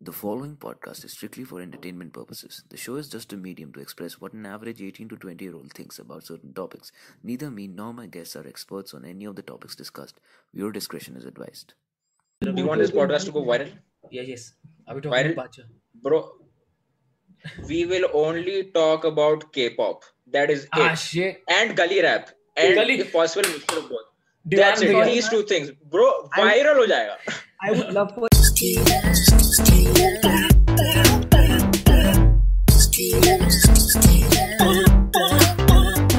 The following podcast is strictly for entertainment purposes. The show is just a medium to express what an average 18 to 20 year old thinks about certain topics. Neither me nor my guests are experts on any of the topics discussed. Viewer discretion is advised. Do you want this podcast to go viral? Yeah, yes. Are we talking Viral- about Bacha? Bro, we will only talk about K pop. That is Ah, it. shit. And gully rap. And Gully- if possible, mixture of both. Diwan That's it. Bhaiya. These two things. Bro, viral ho jayega. I would love for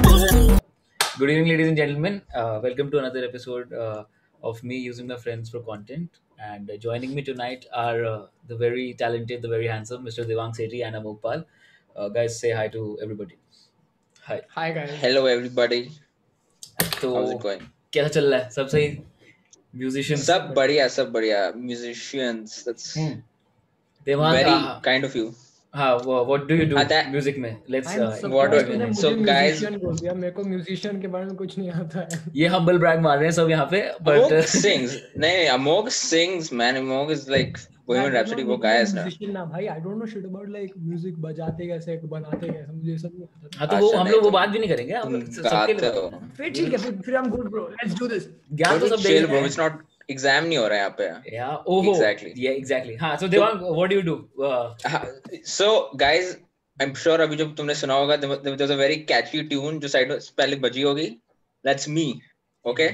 Good evening, ladies and gentlemen. Uh, welcome to another episode uh, of me using my friends for content. And uh, joining me tonight are uh, the very talented, the very handsome Mr. Devang Sethi and Amok Pal. Uh, guys, say hi to everybody. Hi. hi guys. Hello, everybody. तो How's it going? कैसा चल रहा है सब सही musician Sub बढ़िया, सब बढ़िया. Musicians. That's Hmm. Devang very हाँ, kind of you. हाँ व्हाट डू यू डू हाँ, that- म्यूजिक में let's I'm what surprised do I तूने mean? uh, मुझे So, guys- musician बोल दिया मेरे को म्यूजिशियन के बारे में कुछ नहीं आता है ये हम्बल ब्रैग मार रहे हैं सब यहाँ पे Amog बट sings. नहीं, Amog sings, man. Amog is like Bohemian Rhapsody. वो गाया इसने. म्यूजिशियन ना भाई I don't know shit about like music बजाते कैसे बनाते कैसे मुझे ये सब नहीं आता हाँ तो वो अच्छा, हम नहीं लोग वो तो- बात भी नहीं करेंगे हम तुम तो लोग स- सबके गाते लिए हो. बात- फिर ठीक है फिर फिर हम good bro let's do this ज्ञान तो सब Chill, देंगे bro. It's not exam नहीं हो रहा है यहाँ पे. या ओहो Exactly. तो- या एग्जैक्टली हाँ so Devang what do you do so guys I am sure अभी जब तुमने सुना होगा there was a very catchy tune जो साइड पहले बजी होगी दैट्स मी ओके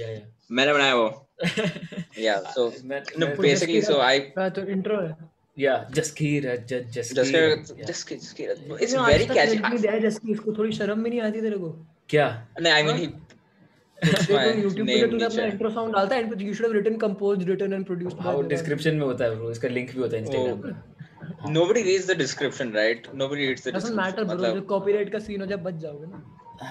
या मैंने बनाया वो या या सो मैं base- बेसिकली सो आई तो इंट्रो है या जसकीर जस just Jaskeer uh, yeah. Just it's very catchy है जैसे इसको थोड़ी शर्म भी नहीं आती तेरे को क्या नहीं आई मीन देखो YouTube पे name तूने अपना नीचे इंट्रो सॉन्ग डालता है तो and you should have written composed written and produced हाँ डिस्क्रिप्शन में होता है bro, इसका लिंक भी होता है इंस्टाग्राम Oh. पे nobody reads the description right nobody reads the doesn't description matter bro जो मतलब कॉपीराइट का सीन हो जाए बच जाओगे ना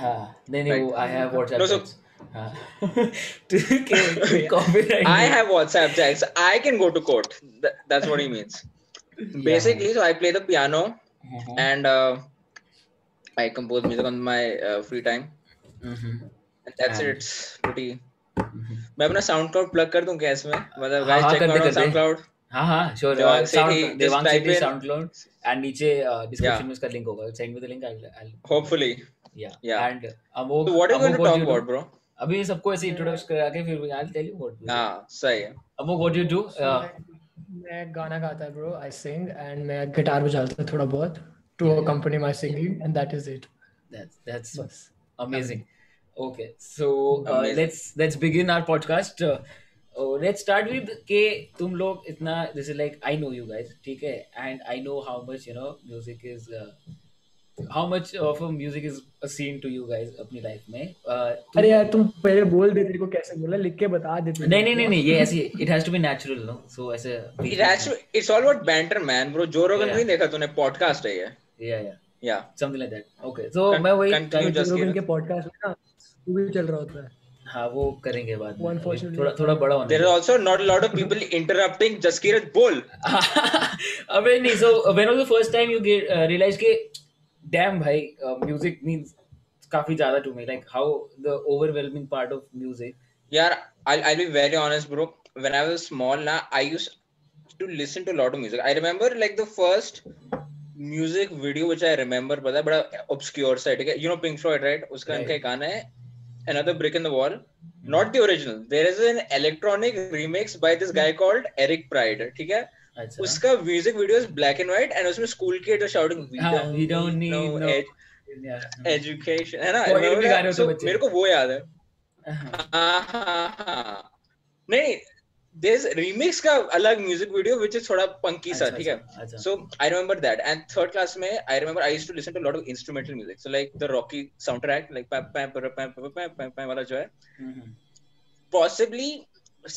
हाँ नहीं नहीं वो Right. I have WhatsApp No, so- हाँ copyright I have WhatsApp chats. I can go to court. Th- that's what he means. Basically, so I play the piano. Mm-hmm. and uh, I compose music on my uh, free time. Mm-hmm. And that's it. It's pretty. मैं अपना SoundCloud plug कर दूं क्या इसमें हाँ, मतलब guys हाँ, check कर out दे, कर on दे। SoundCloud हाँ हाँ sure Devang Sethi, sound just Devang type Sethi in- SoundCloud and नीचे डिस्क्रिप्शन में उसका लिंक होगा send me the link I hopefully या Yeah. And Amok so what are you going to Amok, what talk you do- about bro अभी सबको ऐसे introduce करा के फिर आई टेल यू व्हाट हाँ सही है अमोक व्हाट यू डू तो मैं- मैं गाना गाता है ब्रो आई सिंग एंड मैं गिटार बजाता हूँ थोड़ा बहुत to accompany my singing and that is it that's बस amazing okay so uh, Amazing. let's let's begin our podcast uh, oh, let's start with के तुम लोग इतना जैसे like i know you guys ठीक है and i know how much you know music is uh, how much of a music is a scene to you guys अपनी life में uh, तुम- अरे यार तुम पहले बोल दे तेरे को कैसे बोला लिख के बता देते नहीं नहीं नहीं नहीं ये ऐसे it has to be natural no so ऐसे it has to it's all about banter man bro Joe Rogan Yeah. को नहीं देखा तूने podcast है ये yeah yeah yeah something like that okay so Con- मैं वही continue. जो just लोग give इनके पॉडकास्ट में ना वो भी चल रहा होता है हाँ वो करेंगे बाद में अभी Unfortunately. थोड़ा थोड़ा बड़ा होना there is also not a lot of people interrupting Jaskirat बोल अबे नहीं so when was the first time you realise के डैम भाई म्यूजिक मींस काफी ज्यादा to me like how the overwhelming part of music Yeah, I'll, I'll be very honest, bro. When I was small, now I used to listen to a lot of music. I remember like the first music video which I remember, but that but obscure side. You know Pink Floyd, right? Uska Right. right. इनका गाना है Another Brick in the Wall. Not the original. There is an electronic remix by this Hmm. guy called Eric Pride. ठीक है? अच्छा उसका music video is black and white, and उसमें school kids are shouting, "We हाँ, don't, we don't need need no no, ed- education." है ना? Coil भी गा रहे होते So, बच्चे। मेरे को वो याद है. हाँ, हाँ, हाँ, हाँ. नहीं there's remix का अलग म्यूजिक वीडियो which is थोड़ा पंकी सा अच्छा, ठीक है अच्छा, अच्छा so i remember that and third class में i remember i used to listen to a lot of instrumental music so like the rocky soundtrack like pam pam pam pam pam pam pam pam वाला जो है हम्म, हम्म, possibly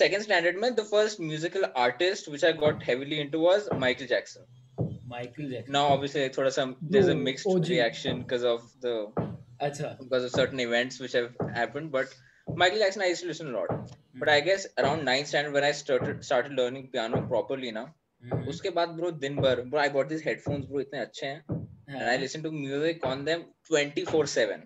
second standard में the first musical artist which i got heavily into was michael jackson Michael Jackson now obviously like, थोड़ा सा there's a No, mixed OG. reaction because of the अच्छा because of certain events which have happened. But Michael Jackson, I used to listen a lot. Hmm. But I guess around ninth standard when I started started learning piano properly now. हम्म, उसके बाद bro दिन भर bro I bought these headphones bro इतने अच्छे हैं हाँ, and Hmm. I listen to music on them 24/7.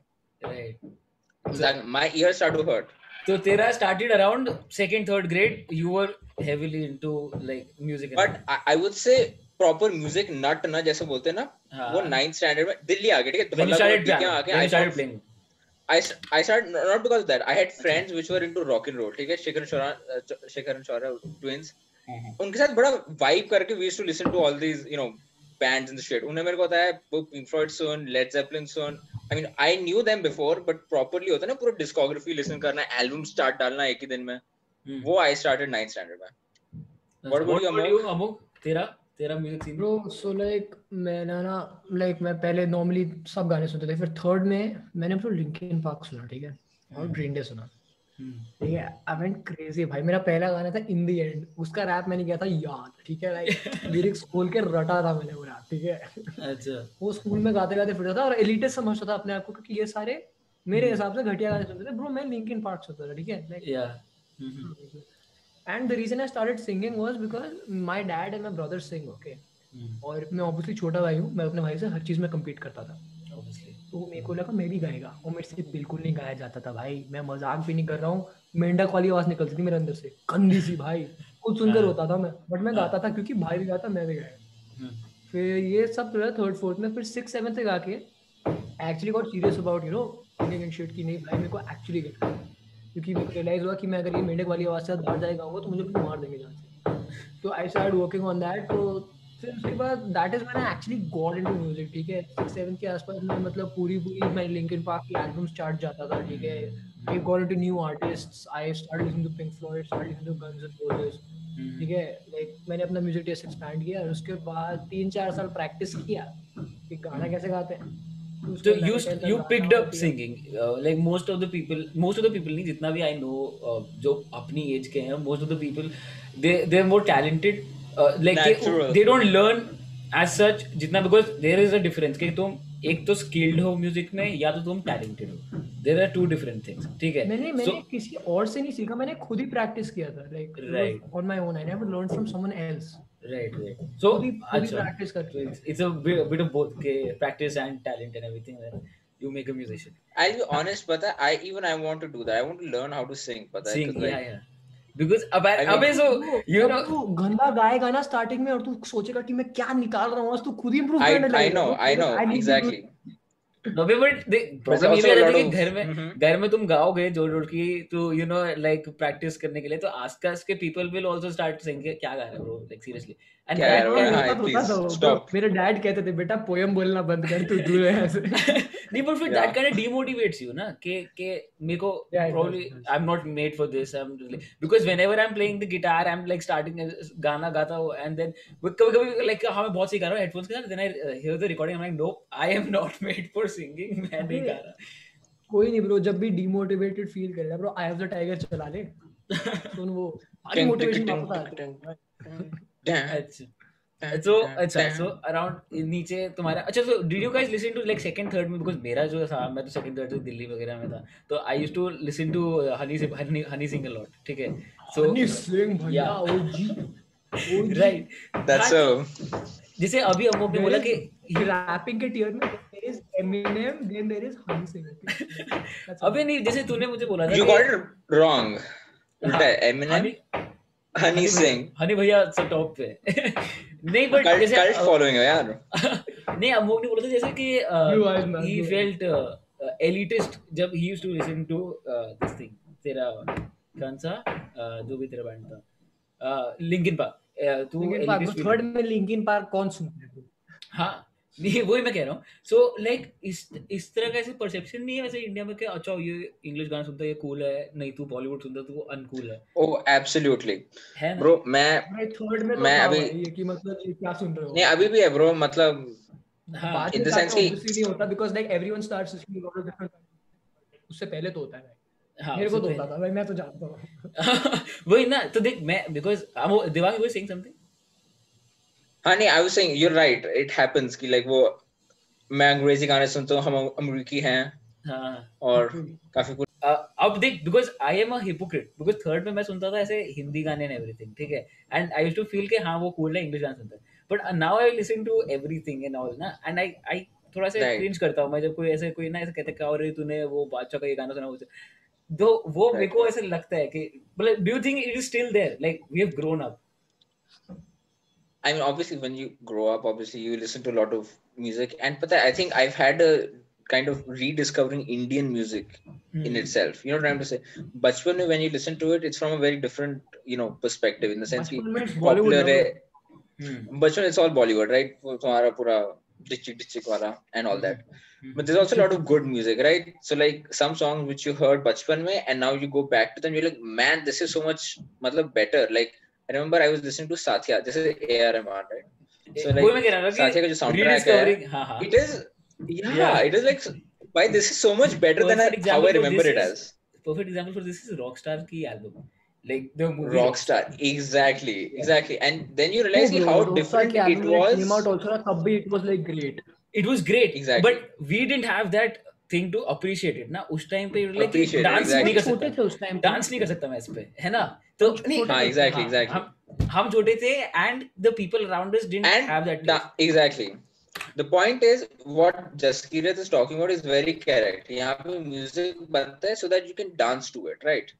right. Hmm. Like, my ears start to hurt. So Tera started around second, third grade. You were heavily into like music. and but I would say proper music नट ना जैसे बोलते हैं ना all. हाँ. वो ninth standard में दिल्ली आ गए ठीक है when you started, धौलापुर playing- आके when I you started started- playing. I st- I started no- not because of that. I had friends which were into rock and roll. ठीक है शिखर शोरा शिखर uh, and शोरा twins. उनके साथ बड़ा vibe करके we used to listen to all these you know bands and shit. उन्हें मेरे को बताया वो Pink Floyd soon, Led Zeppelin soon. I mean I knew them before but properly होता है ना पूरा discography listen करना, album start डालना एक ही दिन में. Hmm. वो I started ninth standard में. What about you, about you, Amog? Tera, Tera music scene. Bro so like मैं ना ना लाइक मैं पहले नॉर्मली सब गाने सुनते थे फिर थर्ड में मैंने ब्रो लिंकिन पार्क सुना ठीक है और ग्रीन डे सुना Hmm. ठीक है आई वेंट क्रेजी भाई मेरा पहला गाना था इन द एंड उसका रैप मैंने किया था याद ठीक है लाइक लिरिक्स खोल के रटा था मैंने वो rap, ठीक है अच्छा वो स्कूल में गाते गाते फिरता था और एलिटेस्ट समझता था अपने आप को क्योंकि ये सारे मेरे हिसाब से घटिया गाने सुनते थे ब्रो मैं लिंकिन पार्क सुनता था ठीक है like Yeah. Mhm. And the reason I started singing was because my dad and my brother sing okay Hmm. और मैं ऑब्वियसली छोटा भाई हूँ मैं अपने भाई से हर चीज में कम्पीट करता था Obviously. तो मेरे को लगा मैं भी गाएगा और मेरे से बिल्कुल नहीं गाया जाता था भाई मैं मजाक भी नहीं कर रहा हूँ मेंढक वाली आवाज निकलती थी मेरे अंदर से गंदी सी भाई खुद सुनकर हाँ। रोता था मैं बट मैं गाता था क्योंकि भाई भी गाता मैं भी गाया Hmm. फिर ये सब जो है थर्ड फोर्थ में फिर सिक्स सेवन तक आके actually got serious about you know singing and shit की नहीं भाई मेरे को एक्चुअली करना है। क्योंकि मेरे को रियलाइज हुआ कि मैं अगर ये मेंढक वाली आवाज से बाहर जाएगा होगा तो मुझे भी मार देंगे जहाँ से तो I start working on that तो फिर उसके बाद दैट इज मैंने एक्चुअली गॉट इनटू म्यूजिक ठीक है सिक्स सेवन के आसपास मैं मतलब पूरी पूरी मैं लिंकिन पार्क की एल्बम स्टार्ट जाता था ठीक है Hmm. I got into new artists I start listening to Pink Floyd start listening to Guns and Roses Mhm. ठीक है लाइक मैंने अपना म्यूजिक टेस्ट एक्सपैंड किया और उसके बाद तीन चार साल प्रैक्टिस किया कि गाना कैसे गाते हैं तो उसके So बाद you मैंने st- गाना you picked गाना up किया। singing uh, like most of the people most of the people नहीं जितना भी I know uh, जो अपनी एज के हैं most of the people they they are more talented uh, like they, Natural. they don't learn as such जितना because there is a difference कि तुम एक तो skilled हो music में या तो तुम talented हो there are two different things ठीक है मैंने मैंने So- किसी और से नहीं सीखा मैंने खुद ही प्रैक्टिस किया था like Right. On my own I never learn from someone else Right, right. So, पूरी- पूरी अच्छा. practice करते So हैं। it's, it's a bit, a bit of both के practice and talent and everything. Then you make a musician. I'll be honest पता है, I even I want to do that. I want to learn how to sing पता है, Sing, 'cause, yeah, like, yeah. Because अब I mean- अब so you know तू गंदा गाएगा ना starting में और तू सोचेगा कि मैं क्या निकाल रहा हूँ आज तू खुद ही इंप्रूव I करने I लगेगा know I know I need to do- exactly. no but the problem ये also भी a रहता lot है कि हम्म, of- घर में Mhm. घर में तुम गाओगे जोड़ जोड़ की तो यू नो लाइक प्रैक्टिस करने के लिए तो आसपास के people will also start sing क्या गा रहा है ब्रो लाइक सीरियसली एंड क्या गा हाँ, रहा मेरे है? साथ Please, होता था वो, stop. मेरे डैड कहते थे बेटा पोयम बोलना बंद कर तू दूर है ऐसे नहीं but फिर Yeah. that kind of demotivates you ना कि कि मेरे को Yeah, it probably does, it does. I'm not made for this I'm really because whenever I'm playing the guitar I'm like starting a गाना गाता हूँ and then कभी कभी like हाँ मैं बहुत सही गा रहा हूँ headphones के साथ then I uh, hear the recording I'm like nope I am not made for singing मैं नहीं गा रहा कोई नहीं ब्रो जब भी डिमोटिवेटेड फील करे ना bro I have the tiger चला ले सुन वो सारी टिंग, मोटिवेशन टिंग, वापस आती टिंग, है Damn, अच्छा damn, so damn, अच्छा damn. so around नीचे तुम्हारा अच्छा so did you guys listen to like second third में because मेरा जो था मैं तो second third से दिल्ली वगैरह में था तो I used to listen to uh, Honey Singh Honey Honey Singh a lot ठीक है so हनी सिंह भैया Yeah. ओजी ओजी राइट हाँ, That's so. जैसे अभी अमोक ने बोला कि रैपिंग के टियर में there is Eminem then there is Honey Singh That's all. अबे नहीं जैसे तूने मुझे बोला था You कि हाँ, got it wrong. Ulta, Honey Eminem, Honey Singh. Honey भैया सब टॉप पे नहीं बट Cult, जैसे cult following है यार. नहीं अमोक ने बोला था जैसे कि You are mad, ही you are. फेल्ट एलिटिस्ट जब ही used to listen to this thing तेरा कौन सा uh, जो भी तेरा बैंड था लिंकिन पार्क तू Linkin Park, वो elitist थर्ड में लिंकिन पार्क कौन सुनता है हाँ नहीं वही मैं कह रहा हूँ सो लाइक इस इस तरह का ऐसे परसेप्शन नहीं है वैसे इंडिया में कि अच्छा ये इंग्लिश गाना सुनता है ये कूल है नहीं तू बॉलीवुड सुनता है, तू अनकूल है Oh, absolutely. है ना Bro, मैं भाई थर्ड में तो मैं था अभी- भाई ये कि मतलब ये क्या सुन रहे हो नहीं अभी भी है ब्रो मतलब हाँ, बाद in में the जाके sense कि- obviously नहीं होता because like everyone starts listening to different उससे पहले तो होता है भाई। हाँ मेरे को तो उससे होता था भाई मैं तो जानता हूँ पहले- वही ना तो देख मैं because Divang was saying something हाँ नहीं I was saying you right it happens कि लाइक वो मैं अंग्रेजी गाने सुनता हूँ हम अमेरिकी हैं हाँ और Mm-hmm. काफी कुछ अ, Uh, अब देख because I am a hypocrite because third में मैं सुनता था ऐसे हिंदी गाने एंड एवरीथिंग ठीक है and I use to feel कि हाँ वो कूल है इंग्लिश गाने सुनता है uh, but now I listen to everything and all ना एंड आई आई थोड़ा सा Right. क्रिंज करता हूँ मैं जब कोई ऐसे कोई ना ऐसे कहते हैं, क्या और तूने वो बादशाह का ये गाना सुना मुझे दो वो मेरे को ऐसे लगता है कि मतलब do you think it is still there like we have grown up I mean, obviously, when you grow up, obviously you listen to a lot of music, and but I think I've had a kind of rediscovering Indian music Hmm. Mm-hmm. in itself. You know what I'm trying to say? Bachpan, mein, when you listen to it, it's from a very different, you know, perspective in the sense Bachpan that में it's popular. Bollywood Hmm. ना है- Bachpan, it's all Bollywood, right? वो तुम्हारा पूरा district district wala and all that. But there's also a lot of good music, right? So like some songs which you heard Bachpan mein, and now you go back to them, you're like, man, this is so much, matlab better. Like I remember I was listening to Satya. This is A.R. Rahman, right? So वो like Eh, मैं कह रहा था साथिया का जो कि हाँ, soundtrack rediscovering हां हां it is yeah, Yeah. it is like why this is so much better than I, Perfect how example i for remember this it is- as perfect example for this is Rockstar की album like the movie rockstar exactly exactly and then you realize Oh, Bro, how Rockstar different के it album when came out was also na तब भी it was like great it was great Exactly. but we didn't have that thing to appreciate it ना उस time पे like Appreciate it, dance exactly. नहीं कर छोटे सकता थे उस टाइम डांस नहीं कर सकता मैं इस पे है ना तो नहीं हाँ, exactly, हाँ, exactly. हम हम छोटे थे and the people around us didn't and have that da- taste. exactly the point is what jaskirat is talking about is very correct यहाँ पे music बनता है so that you can dance to it right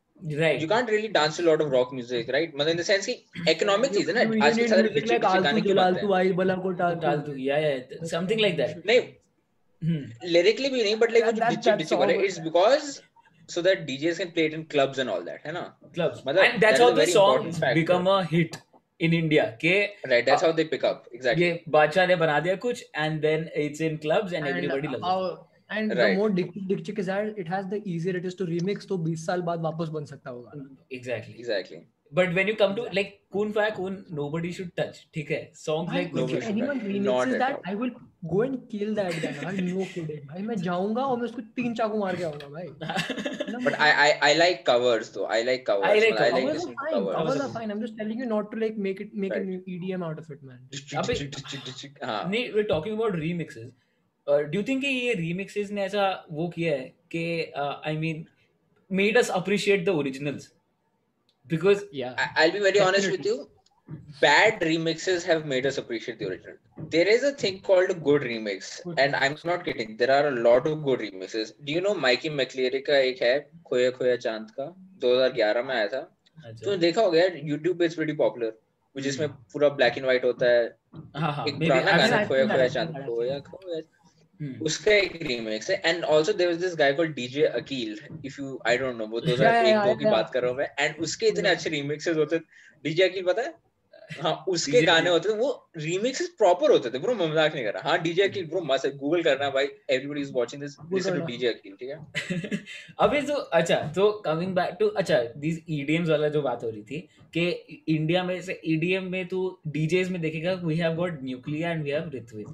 right you can't really dance to a lot of rock music right मतलब in the sense कि economic चीज है ना You आजकल need सारे music बच्चे बच्चे like गाने आलतू की बात जलालतू आई बला को तो डाल टालतू दू या या समथिंग लाइक दैट नहीं Hmm, lyrically भी नहीं but like वो That- जो that- ditchy that's ditchy वाला all. it's because so that DJs can play it in clubs and all that है ना clubs मतलब and that's that how is a the very song important factor. become a hit in India के right that's how they pick up exactly ये बादशाह ने बना दिया कुछ and then it's in clubs and everybody loves it and, and the Right. more Dikchit Dikchit is added, it has the easier it is to remix. तो 20 साल बाद वापस बन सकता होगा. exactly exactly But when you come to like Kun Faya Kun, nobody should touch. ठीक है songs भाई, like if nobody should anyone touch. Not remixes at that, all. I will go and kill that guy. भाई, no kidding. भाई, मैं जाऊंगा और मैं उसको तीन चाकू मार के आऊंगा भाई. but I I, I like covers though I like covers I like मतलब, covers. I like Covers are listening to fine. covers Covers are fine. I'm just telling you not to like make it make an EDM out of it, man. Ditchy, अबे- ditchy, ditchy, ditchy, हाँ नहीं we talking about remixes do you think कि ये remixes ने ऐसा वो किया है कि uh, I mean made us appreciate the originals because Yeah. I- I'll be very honest with you bad remixes have made us appreciate the original there is a thing called a good remix Good and I'm not kidding there are a lot of good remixes do you know Mikey McCleary का एक है खोया खोया चांद का 2011 में आया था अच्छा, तुमने देखा होगा यार YouTube पे इट्स प्रीटी पॉपुलर जिसमें पूरा ब्लैक एंड व्हाइट होता है हाँ हाँ एक Hmm. maybe पुराना I've गाना seen- I've खोया seen खोया that, चांद I've seen खोया खोया हम्म, उसका एक रीमेक्स है and also there was this guy called DJ Aqeel if you I don't know वो Yeah, 2001 yeah, दो की yeah. बात कर रहा हूं मैं एंड उसके इतने अच्छे रीमिक्सेस होते डीजे अकील पता है हाँ उसके DJ गाने होते थे वो रीमिक्सेस प्रॉपर होते थे ब्रो मैं मजाक नहीं कर रहा हाँ डीजे अकील ब्रो मस्त गूगल करना भाई everybody is watching this listen to करना। डीजे अकील ठीक है अबे तो अच्छा तो कमिंग बैक टू अच्छा दिस ईडीएम्स वाला जो बात हो रही थी कि इंडिया में से ईडीएम में तू डीजेस में देखेगा we have got nuclear and we have Ritviz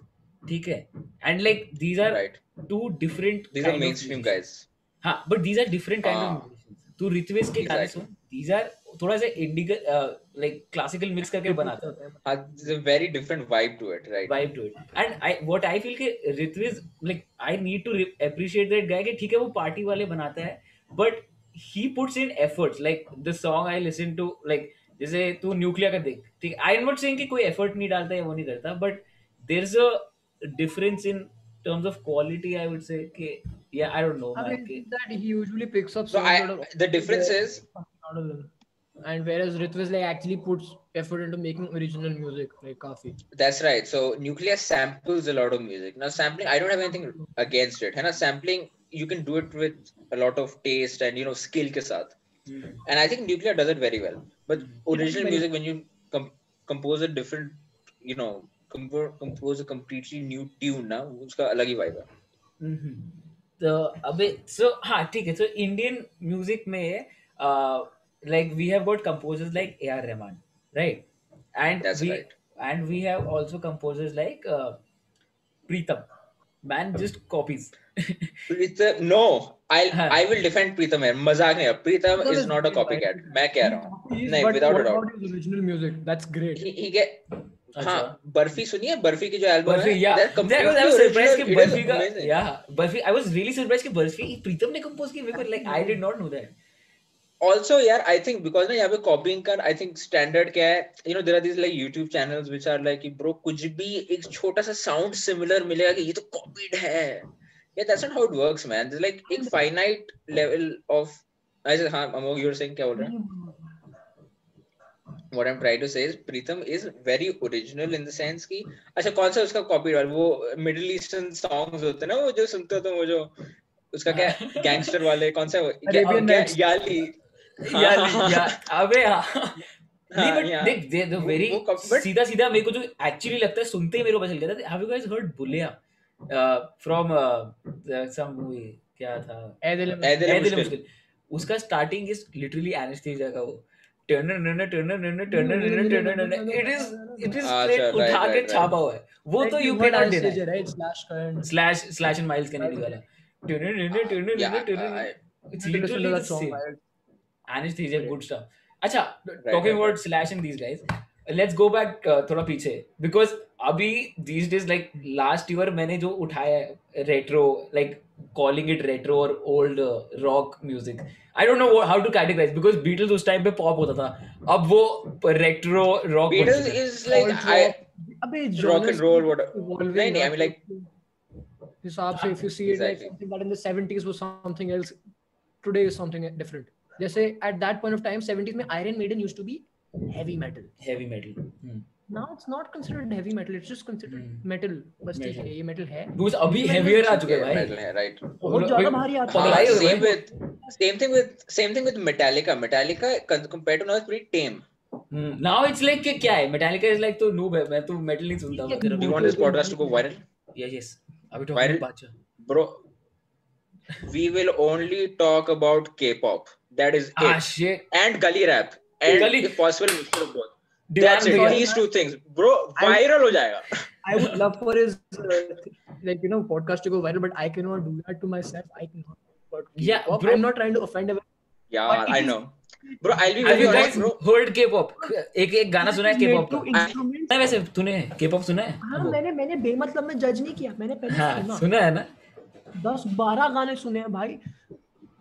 ठीक है and like these are right two different these are kind of mainstream musicians. Guys हाँ but these are different kind of हाँ। musicians. तू रितवेश के गाने Exactly. सुन these are थोड़ा सा uh, Indic like classical mix करके बनाता है हाँ this a very different vibe to it right vibe to it and I what I feel कि Ritviz like I need to re- appreciate that guy कि ठीक है वो party वाले बनाता है but he puts in efforts like the song I listen to like जैसे तू न्यूक्लियर का देख ठीक आई एम नॉट सेइंग कि कोई एफर्ट नहीं डालता है वो नहीं करता but there is a difference in terms of quality I would say कि या I don't know I man mean, that he usually picks up So songs I, that are the difference Yeah. is out of them. And whereas Ritviz like actually puts effort into making original music, like Kafi. That's right. So nuclear samples a lot of music. Now sampling, I don't have anything against it. है ना sampling, you can do it with a lot of taste and you know skill के साथ. And I think nuclear does it very well. But original very- music, when you com- compose a different, you know, compo- compose a completely new tune ना, उसका अलग ही vibe है. तो अबे so हाँ ठीक है सो इंडियन म्यूजिक में uh, like we have got composers like A R Rahman right and That's we right. And we have also composers like Pritam man just copies Pritham, no, I'll हाँ. I will defend Pritham here. मजाक नहीं है. Pritham Pritham is is not a great, भाई. copycat. मैं कह रहा हूँ. He is- नहीं, but without what a doubt. about his original music? That's great. he, he get हाँ बर्फी सुनी है बर्फी की जो एल्बम अच्छा। बर्फी या that was I was surprise कि बर्फी का या Barfi I was really surprise कि बर्फी प्रीतम ने कंपोज की मेरे को like I did not know that also यार आई थिंक बिकॉज ना यहाँ पे कॉपिंग का आई थिंक स्टैंडर्ड क्या है you know there are this like YouTube channels which are like bro कुछ भी एक छोटा सा साउंड सिमिलर मिलेगा कि ये तो कॉपीड है या that's not how it works man this like एक finite level of I said, हाँ, Amog, you were saying क्या बोल रहे हैं? What I'm trying to say is Pritham is very original in the sense कि अच्छा कौन सा उसका कॉपी वो मिडिल ईस्टर्न सॉन्ग्स होते हैं ना वो जो सुनते हो तो वो जो उसका तो क्या गैंगस्टर वाले कौन सा है वो? क्या- हाँ। Arabian क्या- Nights. याली यार यार अबे हाँ नहीं हाँ, बट Uh, yeah. देख दे द वेरी वो कब- but- सीधा सीधा मेरे को जो एक्चुअली लगता है सुनते ही मेरे को पता चल गया था have you guys heard Bulleya from some movie क्या था ऐ दिल ऐ दिल मुश्किल। मुश्किल उसका स्टार्टिंग इज लिटरली एनेस्थीसिया का वो टर्नर टर्नर टर्नर टर्नर टर्नर इट इज इट इज अच्छा, स्ट्रेट right, उठा right, के right. छापा हुआ है वो तो you can not deny right slash current slash slash and miles Kennedy वाला Turner Turner Yeah, Turner I- Turner it's literally the same anesthesia Right. good stuff अच्छा right, talking about slash and these guys let's go back uh, थोड़ा पीछे because अभी these days like last year मैंने जो उठाया है retro like calling it retro और old rock music I don't know how to categorise because Beatles उस time पे पॉप होता था अब वो retro rock Beatles is like I अबे rock and roll what evolving नहीं नहीं I mean like हिसाब से if you see it like Exactly. something that in the 70s was something else today is something different जैसे at that point of time 70s में Iron Maiden used to be heavy metal heavy metal now it's not considered heavy metal it's just considered Hmm. metal बस ठीक Metal. है ये metal है बिकॉज अभी Even heavier आ when- चुके हैं metal भाई है right बहुत भाई, ज्यादा भारी आता पगला हाँ, ही हो गए same with same thing with same thing with Metallica Metallica con- compared to now is pretty tame now it's like क्या है मेटालिका इज लाइक तो नूब है मैं तो मेटल नहीं सुनता मैं तो तेरा do you want this podcast to go viral yes yes अभी Viral- तो बादशाह bro we will only talk about K-pop that is Ah, it shit. and gully rap and Gully- if possible mixture of both Diwan that's it Bhai- these two things bro viral हो जाएगा I would love for his uh, like you know podcast to go viral, but I cannot do that to myself. I cannot. But Yeah, K-pop, bro. I'm not trying to offend everyone. yeah I know bro I'll be Have very you guys honest bro heard K-pop? एक एक गाना सुना है K-pop का Made to instruments. सुना है वैसे तूने K-pop सुना है हाँ मैंने मैंने बेमतलब में जज नहीं किया मैंने पहले हाँ सुना सुना है ना दस बारह गाने सुने हैं भाई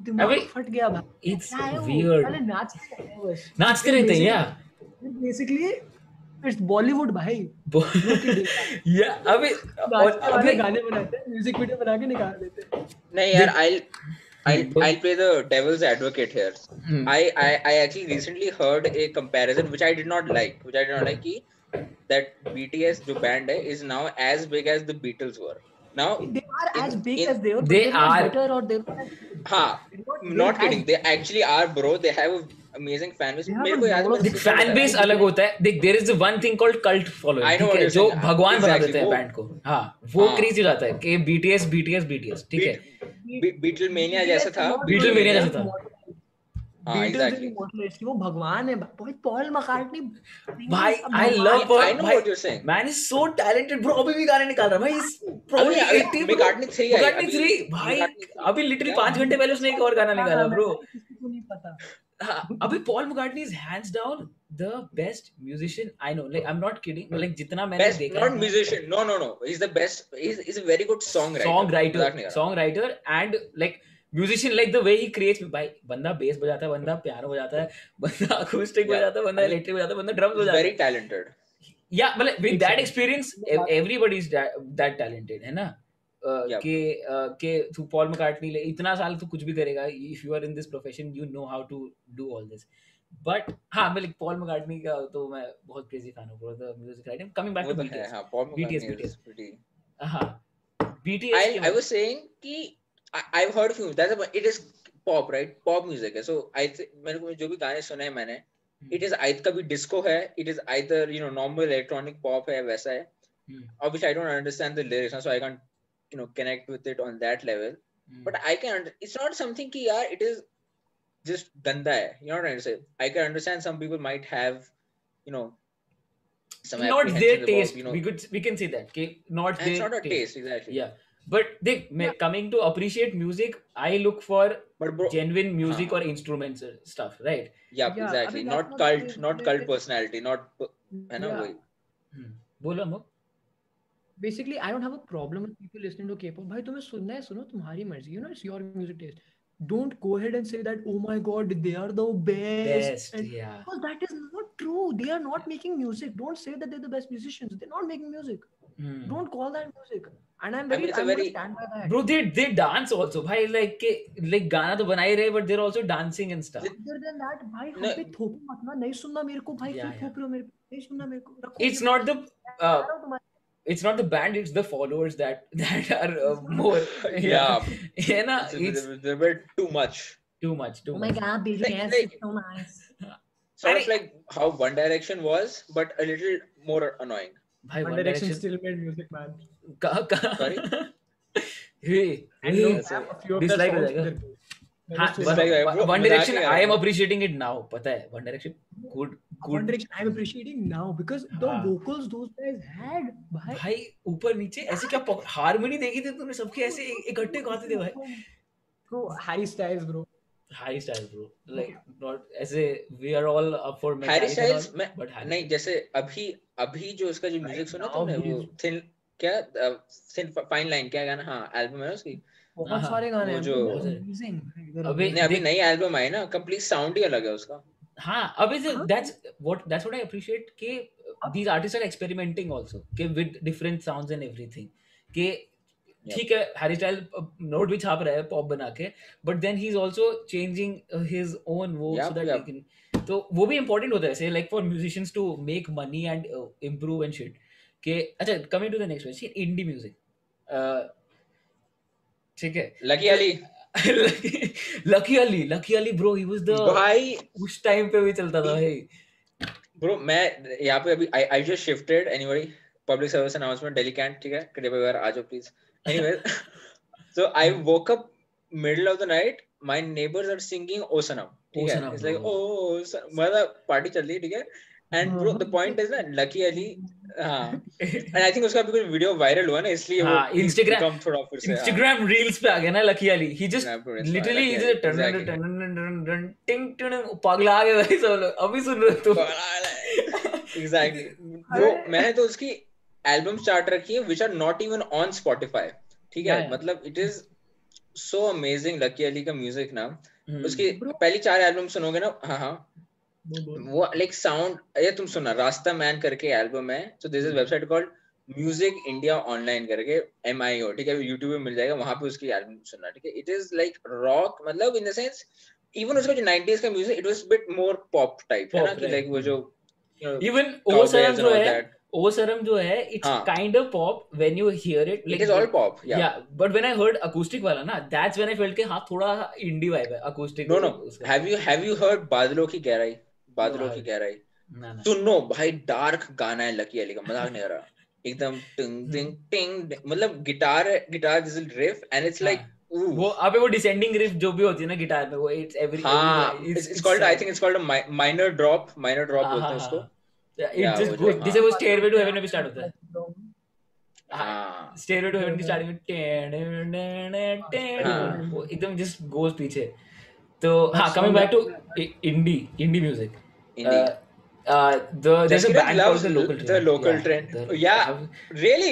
दिमाग अबे, फट गया भाई it's क्या है हाँ, वो? weird. अरे नाच रहे हैं बस नाच के रहते हैं यार बेसिकली इट्स बॉलीवुड भाई या अबे और नाचने वाले अबे गाने बनाते हैं म्यूजिक वीडियो बना के निकाल देते हैं नहीं यार hmm, I'll I'll I'll play the devil's advocate here Hmm. I, I I actually recently heard a comparison which I did not like, which I did not like. Ki, that BTS जो band है, is now as big as the Beatles were. Now, They are as In- big in- as they were. but They they're not are- better or they're not- ha, they're not- they're हाँ, not as kidding. They actually are, bro. They have an amazing fan base. They have मेरे a को याद है, lot of- मैंने देख सुना fan था। Base अलग होता है देख there is one thing called cult I following know ठीक what है you're जो saying. भगवान बना Exactly, देते हैं वो- बैंड को हाँ वो हाँ। क्रेज हो जाता है कि बीटीएस बीटीएस बीटीएस ठीक है Be- Beatlemania जैसा तो था. Beatlemania Beatlemania जैसा था। हाँ, Beatles exactly. is immortalized कि वो भगवान है भाई पॉल मकार्टनी भाई I love I know what you're saying. Man is so talented bro अभी भी गाने निकाल रहा है भाई इस probably अभी- अभी 80 bro. McCartney three आई, McCartney अभी- three, भाई McCartney three. अभी लिटरली Yeah. हाँ, 5 घंटे पहले उसने एक और गाना निकाला ब्रो किसको नहीं पता अभी Paul McCartney is hands down the best musician I know like I am not kidding like जितना मैंने Best, देखा not musician. No, no, no. He's the best. He's, he's a very good songwriter. Song मजाक नहीं writer कर रहा। Song writer and like musician like the way he creates भाई बंदा base बजाता है बंदा पियानो बजाता है बंदा अकोस्टिक Yeah. बजाता है बंदा इलेक्ट्रिक बजाता है बंदा ड्रम्स He's बजाता है very talented. या मतलब with that experience Exactly. Everybody is that talented है ना अ, Yeah. के अ, के तू पॉल मकार्टनी ले इतना साल तू कुछ भी करेगा if you are in this profession you know how to do all this but हाँ मैं like, पॉल मकार्टनी का तो मैं बहुत क्रेजी फैन हूँ for the music writing coming back वो to तो है, BTS हाँ, Paul BTS, McCartney is pretty- हाँ BTS I, के I बाद- was saying कि I, I've heard few. That's about, it is pop, right? Pop music है. So I think मैंने को जो भी गाने सुने हैं मैंने, Hmm. it is either कभी disco है, it is either you know normal electronic pop है वैसा है. Hmm. Of which I don't understand the lyrics, so I can't you know connect with it on that level. Hmm, But I can. under- It's not something कि यार it is just गंदा है. You know what I'm trying to say? I can understand some people might have you know not some their apprehensions about, taste you know, we could we can say that कि not and it's their not a taste exactly. yeah but देख मैं coming to appreciate music I look for But bro, genuine music हाँ। or instrumental stuff right Yeah, Yeah, I exactly. mean, that's Not what it cult, is. not Like, cult it- personality, not है ना Yeah. वही बोलो हम basically i don't have a problem with people listening to k-pop bhai tumhe sunna hai suno tumhari marzi you know it's your music taste don't go ahead and say that oh my god they are the best, Best, and- yeah. because that is not true they are not making music don't say that they're the best musicians they're not making music Hmm. don't call that music and i'm I very mean, it's a i'm very very- stand by that Bro, they they dance also, bhai. Like के- like गाना तो बना ही रहे, but they're also dancing and stuff. other than that भाई हम No. पे थोपो मत ना नहीं सुनना मेरे को भाई Yeah, yeah. क्यों थोप रहे हो मेरे पे नहीं सुनना मेरे को रखो It's मेरे not the को, uh, बता रहा हूँ तुम्हारे- it's not the band, it's the followers that that are uh, more. Yeah. है ना? It's, a It's bit- a bit too much. too much, too Oh my much. god, Like- BTS like- is so nice. Sort Arey- of like how One Direction was, but a little more annoying. Bhai, One Direction. still made music, man. कहाँ कहाँ? Sorry? Hey, And no hey. so- a few of their dislike हो songs. जाएगा। they're good. हाँ, Dislike मैंने हो सुना- One जाएगा। One मजाक ही Direction, कर I रहा am हूँ। appreciating it now. पता है, One Direction could One could Direction, I'm appreciating now because the हाँ। vocals those guys had, भाई, भाई ऊपर नीचे ऐसे क्या पक- हारमोनी देखी थी तूने सबके ऐसे एक- इकट्ठे गाते थे भाई Bro, Harry Styles, bro. Harry style bro like not ऐसे we are all up for Harry Styles, मैं बट नहीं जैसे अभी अभी जो उसका जो म्यूजिक सुना now तुमने he वो is- थिन क्या थिन फाइन लाइन क्या गाना हाँ एल्बम है उसकी बहुत हाँ, सारे गाने वो हैं, जो- they're amazing, भाई, they're अबे, नहीं amazing. अभी देख- नई एल्बम आई ना कंप्लीट साउंड ही अलग है उसका हाँ अब इज हाँ। That's what that's what I appreciate के these artist are experimenting also के with different sounds and everything के ठीक है हैरी स्टाइल नोट भी छाप रहा है पॉप बना के but then he is also changing his own वो Yeah, so that yeah. Can तो वो भी इंपॉर्टेंट होता है ऐसे like for musicians to make money and improve and shit के अच्छा coming to the next question indie music ठीक है Lucky Ali Lucky Ali Lucky Ali bro he was the भाई उस टाइम पे भी चलता था भाई ब्रो मैं यहाँ पे अभी I I just shifted anyway public service announcement Delhi Cantt ठीक है कृपया एक बार आ जाओ please anyway so I woke up middle of the night my neighbours are singing ओसनम ठीक है Osanam, इट्स लाइक bro. ओ मतलब पार्टी चल रही है ठीक है and bro the point is ना लकी अली हाँ एंड आई थिंक उसका भी कुछ वीडियो वायरल हुआ ना इसलिए वो हाँ, Instagram- कम थोड़ा फिर से हाँ, Instagram reels पे आ गया ना लकी अली ही जस्ट Instagram reels पे आ लिटरली गया, ही Lucky just turn Ali, turn turn turn turn टिंग टिंग पागल आ गए भाई सब लोग अभी सुन रहे हो तुम एग्जैक्टली ब्रो मैंने तो उसकी एल्बम स्टार्ट रखी है which are not even on Spotify ठीक है Yeah, yeah. मतलब it is so amazing Lucky Ali का म्यूजिक ना Hmm. उसकी Bro. पहली चार एल्बम सुनोगे ना हाँ हाँ वो बहुत- वो लाइक साउंड ये तुम सुना रास्ता मैन करके एल्बम है तो दिस हम्म। Is website called music India online करके एम आई ओ ठीक है यूट्यूब पे मिल जाएगा वहां पे उसकी एल्बम सुनना ठीक है इट इज लाइक रॉक मतलब इन द सेंस इवन उसका जो 90s का music it was bit more pop type है Pop, ना कि right. लाइक वो जो इवन ओ cowboys सरम and जो all है that. ओ सरम जो है इट्स हाँ. Kind of pop when you hear it it is all pop या या but when I heard acoustic वाला ना दैट्स व्हेन आई फेल्ट के हां हाँ, थोड़ा इंडी वाइब है acoustic No, no. Have you have you heard बादलों की गहराई बादलों No, की I- गहराई ना ना सुनो तो भाई डार्क गाना है लकी अली का मजाक नहीं आ रहा एकदम टिंग टिंग टिंग मतलब guitar guitar this riff and it's like हाँ। वो अबे वो डिसेंडिंग रिफ जो भी होती है ना गिटार में वो इट्स एवरी हाँ it's called I think it's called minor drop minor drop हाँ, बोलते हैं हाँ, उसको हाँ। Yeah, It just वो जो, goes- हाँ। जैसे वो stairway to heaven में भी start होता है हाँ, हाँ stairway to heaven की starting में टेन, टेन, टेन, टेन, हाँ। अच्छा। वो एकदम just goes पीछे तो हाँ coming back to indie indie music indie Uh, the there's a Jaskirat band called loves the local the trend local trend. Yeah. Really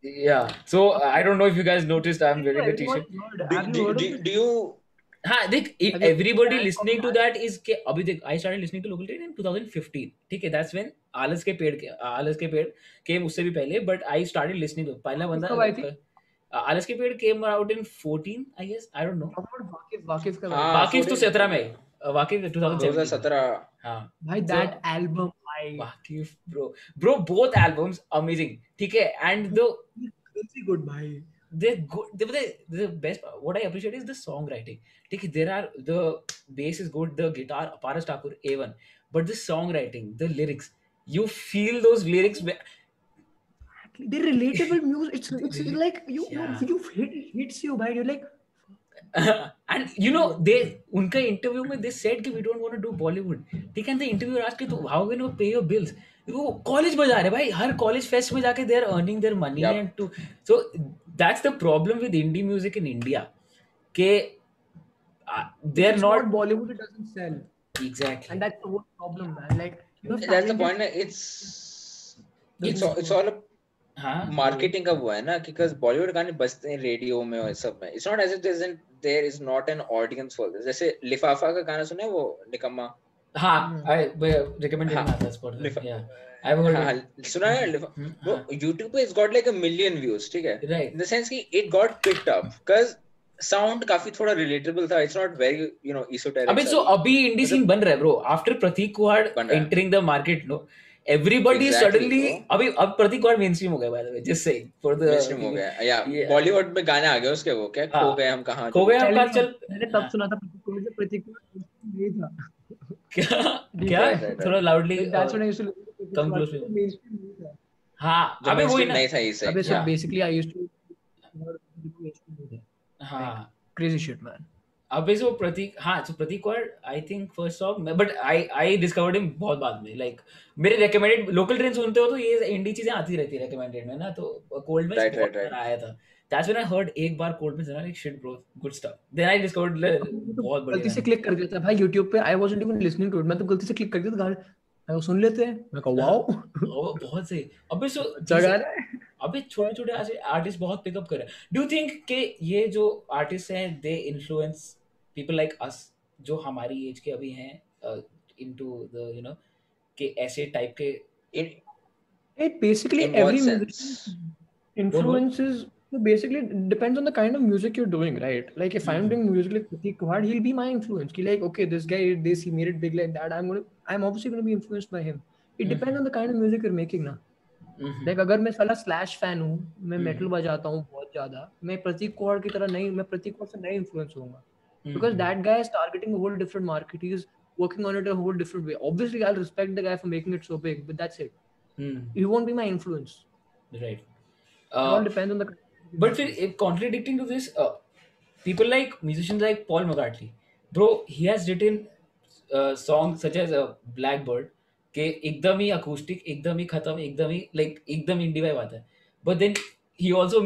the- yeah so I don't know if you guys noticed I'm wearing a Everyone t-shirt heard, have you heard of it? Do you हाँ देख if अभी- everybody listening to that is के अभी देख I started listening to local train in 2015 ठीक है that's when आलस के पेड़ के आलस के पेड़ केम उससे भी पहले but I started listening to पहला कब आई थी? बंदा आलस के पेड़ came out in 14 I guess I don't know How about Waqiz- Waqiz का हाँ, वाकिफ तो 14 17 में है, अ, तो वाकिफ 2017 2017 हां भाई that album भाई वाकिफ bro bro both albums amazing ठीक है एंड द crazy good भाई they're good. They, they, the best part- what I appreciate is the songwriting. Take there are the bass is good, the guitar, Paras Thakur, A1, but the songwriting, the lyrics, you feel those lyrics. where- they're relatable music it's it's Really? like you you- Yeah. you hit hits you भाई you're like and you know they unka interview mein they said ki we don't want to do Bollywood. They can the interviewer asked ki "तो how can you pay your bills? वो college बजा रहे भाई हर college fest में जाके they are earning their money Yup. And to so that's the problem with indie music in India के they are it's not not Bollywood it doesn't sell exactly and that's the whole problem man like you know that's the talented- point. na, It's it's It's- all, it's all a हाँ marketing का हुआ है ना because Bollywood गाने बजते हैं radio में और सब में. It's not as if there's an there is not an audience for this जैसे लिफाफा का गाना सुना है वो निकम्मा हम्म। हाँ आई रिकमेंड हाँ. करना स्पॉटिफाई Lifa- या आई हैव हाँ, सुना है लिफा- वो हाँ, YouTube पे it's got like a million views ठीक है राइट in the sense कि it got picked up because sound काफी थोड़ा relatable था it's not very you know esoteric अबे सो stuff. अभी तो इंडी सीन बन रहा है ब्रो आफ्टर प्रतीक कुहाड़ मतलब बन रहा है। Entering the market no everybody is Exactly, suddenly bro. अभी अब प्रतीक कुहाड़ मेनस्ट्रीम हो गया by the way just saying for the mainstream हो गया या Yeah. बॉलीवुड में गाने आ गए उसके वो क्या हाँ. खो गए हम कहाँ खो गए हम पहले कहा चल मैंने तब सुना था प्रतीक को जब प्रतीक को नहीं था क्या क्या Right, right, हाँ, थोड़ा loudly that's when I used to Come close to- हां जो अबे वो ही हाँ, mainstream ना नहीं था इसे अबे Yeah. So basically I used to हां क्रेजी शिट मैन अबे सो प्रतीक हाँ सो प्रतीक और I think first song but I I discovered him बहुत बाद में लाइक मेरे रेकमेंडेड लोकल ट्रेन सुनते हो तो ये इंडी चीजें आती रहती है रेकमेंडेड में ना तो कोल्ड में Right, right, right. आया था दैट्स व्हेन आई हर्ड एक बार कोल्ड में like shit bro good stuff then I discovered बहुत गलती बढ़िया से क्लिक कर दिया था भाई YouTube पे I wasn't even listening to it मैं तो गलती से क्लिक कर दिया था गाना मैं वो सुन लेते हैं मैं कहा हाँ, वाओ ओ, बहुत सही अबे सो अच्छा गाना है अबे छोटे छोटे ऐसे आर्टिस्ट बहुत पिकअप कर रहे हैं डू थिंक कि ये जो आर्टिस्ट हैं they influence people like us जो हमारी एज के अभी हैं इनटू द यू नो कि ऐसे टाइप के In- It basically in what every sense musician influences so basically it depends on the kind of music you're doing, right? Like if I'm Mhm. doing music like Pratik Kuhad, he'll be my influence. He like, okay, this guy did this, he made it big like that. I'm gonna I'm obviously gonna be influenced by him. It Mhm. depends on the kind of music you're making ना हम्म, like अगर मैं साला slash fan हूँ मैं Mhm. Metal बजाता हूँ बहुत ज्यादा मैं प्रतीक कुहाड़ की तरह नहीं मैं प्रतीक कुहाड़ से नहीं इन्फ्लुएंस होऊंगा because hmm, that guy is targeting a whole different market. He's working on it a whole different way. Obviously, I'll respect the guy for making it so big, but that's it. हम्म, He won't be my influence. right. It Uh, all depends on the. But फिर if contradicting to this, uh, people like musicians like Paul McCartney, bro, he has written uh, songs such as uh, Blackbird के एकदम ही acoustic, एकदम ही खत्म, एकदम ही like एकदम indie vibe आता है. But then he also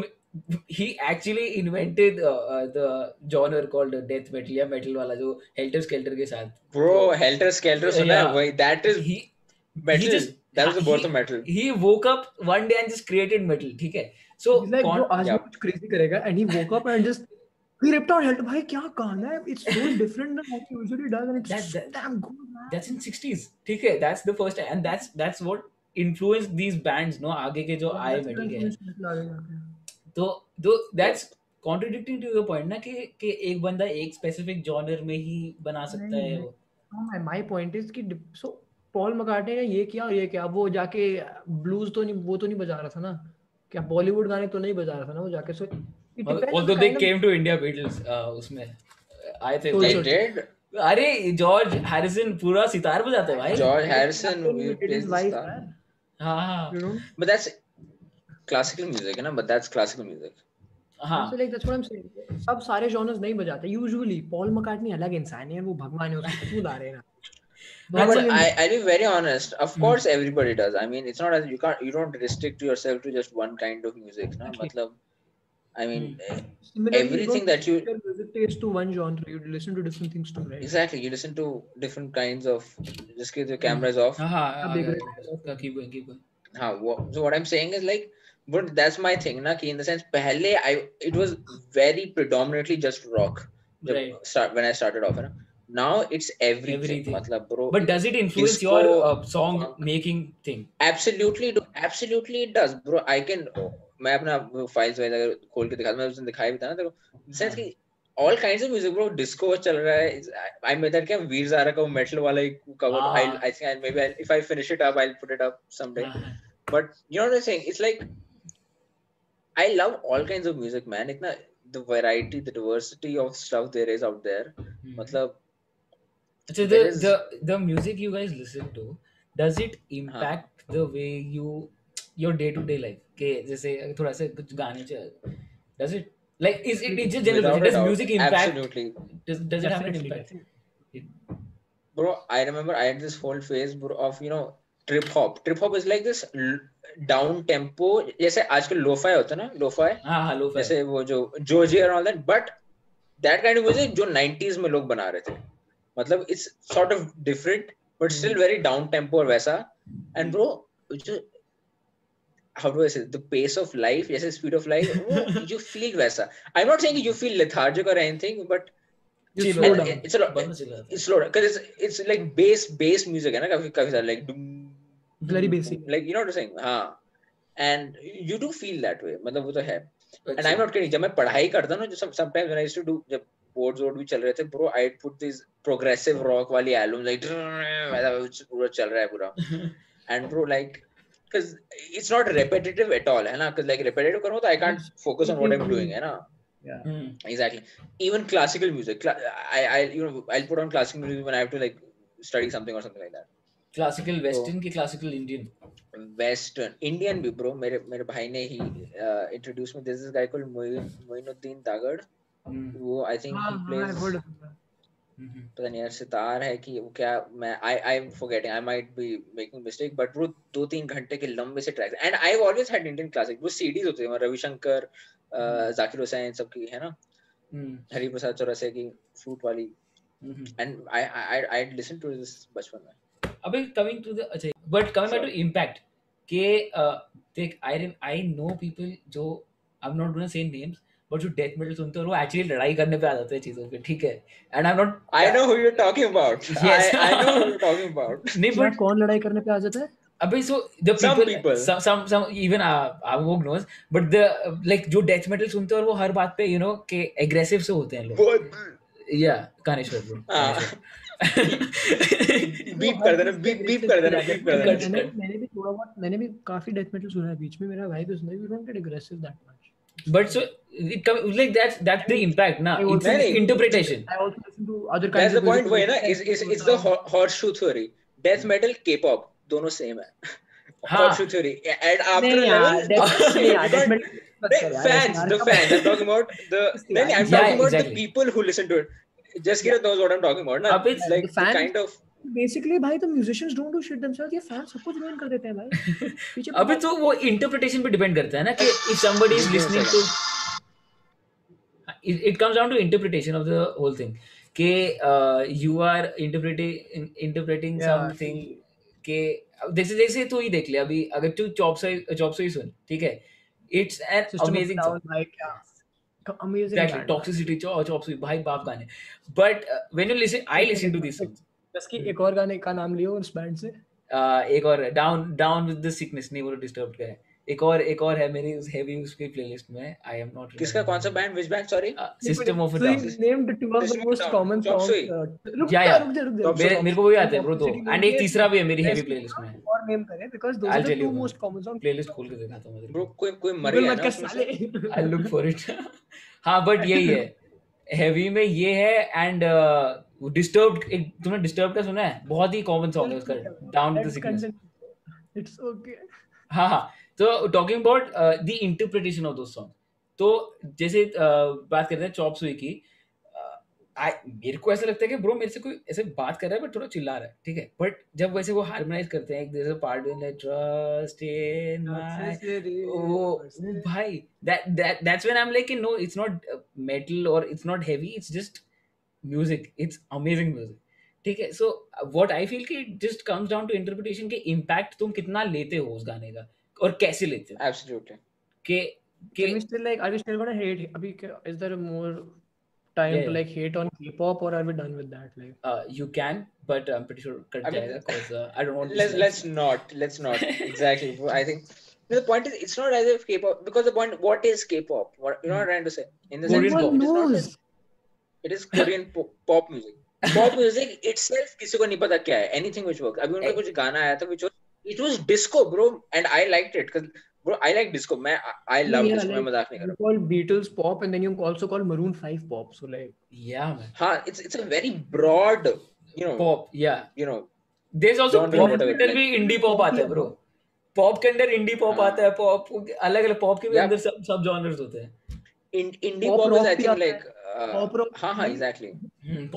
he actually invented uh, uh, the genre called death metal या metal वाला जो Helter Skelter के साथ. bro helter skelter सुना Yeah. है वही that is He metal just- that was the he- birth of metal he woke up one day and just created metal, ठीक है? So He's like, con- bro, आज मैं Yeah. कुछ crazy करेगा, and he woke up and just. He ripped out Helter. भाई क्या गाना है? It's so different than what he usually does, and it's That- so that- damn good, man. that's in 60s ठीक है that's the first and that's that's what influenced these bands no आगे के जो आए हाँ, That's metal के हैं influence निकला आगे जाके। तो तो that's contradicting to your point ना कि कि एक बंदा एक specific genre में ही बना सकता नहीं, है नहीं। वो No, हाँ, my- my point is कि dip- so पॉल मकार्टनी ने ये किया और ये किया अब वो जाके ब्लूज तो नहीं वो तो नहीं बजा रहा था ना क्या बॉलीवुड गाने तो नहीं बजा रहा था ना वो जाके so it although they came to India Beatles uh, उसमें uh, आए थे they Sure. did अरे जॉर्ज हैरिसन पूरा सितार बजाते हैं भाई George Harrison, we placed the star. हाँ हाँ you know but that's classical music है ना but that's classical music हाँ so like that's what i'm saying सब सारे genres नहीं बजाते usually पॉल मकार्टनी अलग इंसान है वो भगवान है उसको क्यों ला रहे हैं No, That's but what I I, mean. I'll be very honest. Of Hmm. course, everybody does. I mean, it's not as you can't you don't restrict yourself to just one kind of music. No? Exactly. Matlab, I mean, Hmm. eh, Similarly, you everything don't that you- restrict your music taste to one genre you listen to different things too right exactly. You listen to different kinds of just because Hmm. your camera is off. हाँ हाँ अब देख रहे keep going keep going Huh, wha- so what I'm saying is like, but that's my thing. Na, ki in the sense, pehle I it was very predominantly just rock. the- Right. Start when I started off. Na? Now it's everything. Everything. Matlab, bro. but does it influence Disco- your uh, song making thing absolutely do absolutely it does bro i can मैं अपना files वाइल्स अगर खोल के दिखा दूं, मैं उस दिन दिखाया भी था ना देखो सेंस हाँ। की all kinds of music bro disco चल रहा है आई मे दैट क्या वीर ज़ारा का वो मेटल वाला एक कवर हाँ। I I think I maybe if I finish it up I will put it up someday हाँ, हाँ. But you know what I am saying it's like I love all kinds of music man इतना the variety the diversity of stuff there is out there Hmm. मतलब So the, There is- हाँ। the the music you guys listen to, does it impact the way you your day to day life? के जैसे थोड़ा सा कुछ गाने चल- does it like is it it's just general without a does doubt, music impact absolutely does, does it have an Definitely. impact? bro i remember i had this whole phase bro of you know trip hop trip hop is like this down tempo जैसे आजकल lofi होता है ना lofi हाँ हाँ लो जैसे वो जो जोजी और all that but that kind of music जो 90s में लोग बना रहे थे मतलब it's sort of different but still very down tempo और वैसा एंड ब्रो जो how do I say the pace of life, yes, the speed of life. वो you feel वैसा. I'm not saying you feel lethargic or anything, but You Chill slow out. down. it's a lot. बंद चिल्लाता है। It's slow because it's it's like bass bass music है ना काफी काफी सारा like doom, Very basic. like you know what I'm saying हाँ and you do feel that way मतलब वो तो है and I'm अच्छा। not kidding जब मैं पढ़ाई करता ना जो some- sometimes when I used to do जब boards वोर्ड भी चल रहे थे bro I put this progressive rock वाली album like वैसा पूरा चल रहा है पूरा and bro like because it's not repetitive at all है ना because like repetitive करूँ तो I can't focus on what I'm doing है ना hmm, exactly even classical music cla- I I you know I'll put on classical music when I have to like study something or something like that classical तो western की classical indian western indian भी bro मेरे मेरे भाई ने ही uh, introduced me there's this guy called Moin, Moinuddin Dagad हम्म, वो I think हाँ, he हाँ, I plays would. हम्म, पता नहीं यार सितार है कि वो क्या मैं I I am forgetting I might be making mistake but वो दो तीन घंटे के लंबे से tracks and I have always had Indian classic वो सीडीज होती है रविशंकर अह, जाकिर हुसैन सबकी है ना हम्म, हरी प्रसाद चौरसिया की फ्रूट वाली hmm. And I I I listen to this बचपन में अबे कमिंग टू द अच्छा but coming back to impact के uh, देख आई आई नो पीपल जो I am not gonna say names but जो डेथ मेटल सुनते हैं और वो एक्चुअली लड़ाई करने पे आ जाते हैं चीजों पे ठीक है and I am not I know who you are talking about Yes. I I know who you are talking about नहीं क्या बट कौन लड़ाई करने पे आ जाता है अबे so the Some people people. Some some some even आवोग नोस बट द लाइक जो डेथ मेटल सुनते हैं और वो हर बात पे यू नो के एग्रेसिव से होते हैं लोग बहुत या कानेश्वर ब्रो हाँ। बीप कर देना बीप बीप कर देना बीप कर Cut, देना मैंने cut. मैंने भी थोड़ा बहुत मैंने भी काफी डेथ मेटल सुना है बीच में मेरा भाई भी सुना है we don't get aggressive that much but so like that's that's the impact ना I it's also- interpretation I also listen to other That's the point वही ना is is it's the horseshoe theory death metal K-pop दोनों same है हाँ। horseshoe theory and after नहीं यार level death you नहीं यार can't- डेथ मेटल नहीं, fans the fans I'm talking about the Yeah, नहीं I'm talking about the exactly. people who listen to it just Kiran knows what I'm talking about ना अब it's- like the the fans- kind of basically भाई तो musicians don't do shit themselves ये fans सब कुछ ruin कर देते हैं भाई पीछे अबे तो वो इंटरप्रिटेशन पे डिपेंड करता है ना कि if somebody is Give me a listening to it, it comes down to interpretation of the whole thing uh, के you are interpreting interpreting Yeah. Something के जैसे जैसे तू ही देख ले अभी अगर तू चॉप से चॉप से ही सुन ठीक है इट्स एन अमेजिंग डाउन भाई क्या amazing exactly toxicity chop chop से भाई बाप गाने uh, but when you listen I listen to this बस की एक और गाने का नाम लियो उस बैंड से Uh, एक और down down with the sickness नहीं वो तो डिस्टर्ब का है एक और एक और है मेरी उस हैवी उसकी प्लेलिस्ट में आई एम नॉट किसका कौन सा band which band sorry Uh, system of a down named two of the System of most Down, common Chop songs Suey. uh, रुक Yeah, जा yeah. रुक जा रुक Chop जा Suey. मेरे मेरे को वो याद है ब्रो दो Toxicity एंड एक के तीसरा भी है मेरी हैवी best प्लेलिस्ट में और नेम करें because those I'll are the tell you to about most common songs playlist खोल के तो दिखाता हूं bro ब्रो कोई कोई मर Google गया मत ना कर उसमें से। साले आई लुक फॉर इट हाँ बट यही है हैवी में ये है एंड डिस्टर्ब एक तुमने डिस्टर्ब का सुना है बहुत ही कॉमन सॉन्ग है उसका down with the sickness it's okay हाँ हाँ तो talking about the interpretation of those song तो जैसे uh, बात करते हैं चॉप सुई की आई मेरे को ऐसा लगता है कि ब्रो मेरे से कोई ऐसे बात कर रहा है बट थोड़ा चिल्ला रहा है ठीक है बट जब वैसे वो हार्मोनाइज करते हैं एक जैसे part in trust in my Oh, bhai, that that that's when I'm like, you know, it's not uh, metal or it's not heavy. It's just music. It's amazing music. ठीक है so what I feel कि just comes down to interpretation के impact तुम कितना लेते हो उस गाने का और कैसे लेते हो absolutely के के Can we still like are we still gonna hate abhi ca- is there a more time Yeah, to yeah. like hate on K-pop or are we done with that like you can but I am pretty sure cut I mean, जाएगा cause uh, I don't want let's let's not let's not exactly i think no, the point is it's not as if k-pop because the point what is k-pop what you know what i'm trying to say in the Korean sense pop. it is everyone not knows as- it is korean po- pop music pop music itself किसी को नहीं पता क्या है anything which works अभी उनका कुछ गाना आया था which was it was disco bro and i liked it because bro i like disco मैं I- i love Yeah, disco मैं like- मजाक नहीं कर रहा you call Beatles pop and then you also call Maroon 5 pop so like या man हाँ it's it's a very broad you know pop या you know there is also Genre, pop के whatever. अंदर भी इंडी पॉप आता है bro pop के अंदर इंडी पॉप हाँ। आता है पॉप अलग अलग पॉप के भी Yeah. अंदर सब सब जॉनर्स होते हैं in, indie Pop pop, is rock i भी think आता है। like uh, Pop rock हाँ हाँ भी- exactly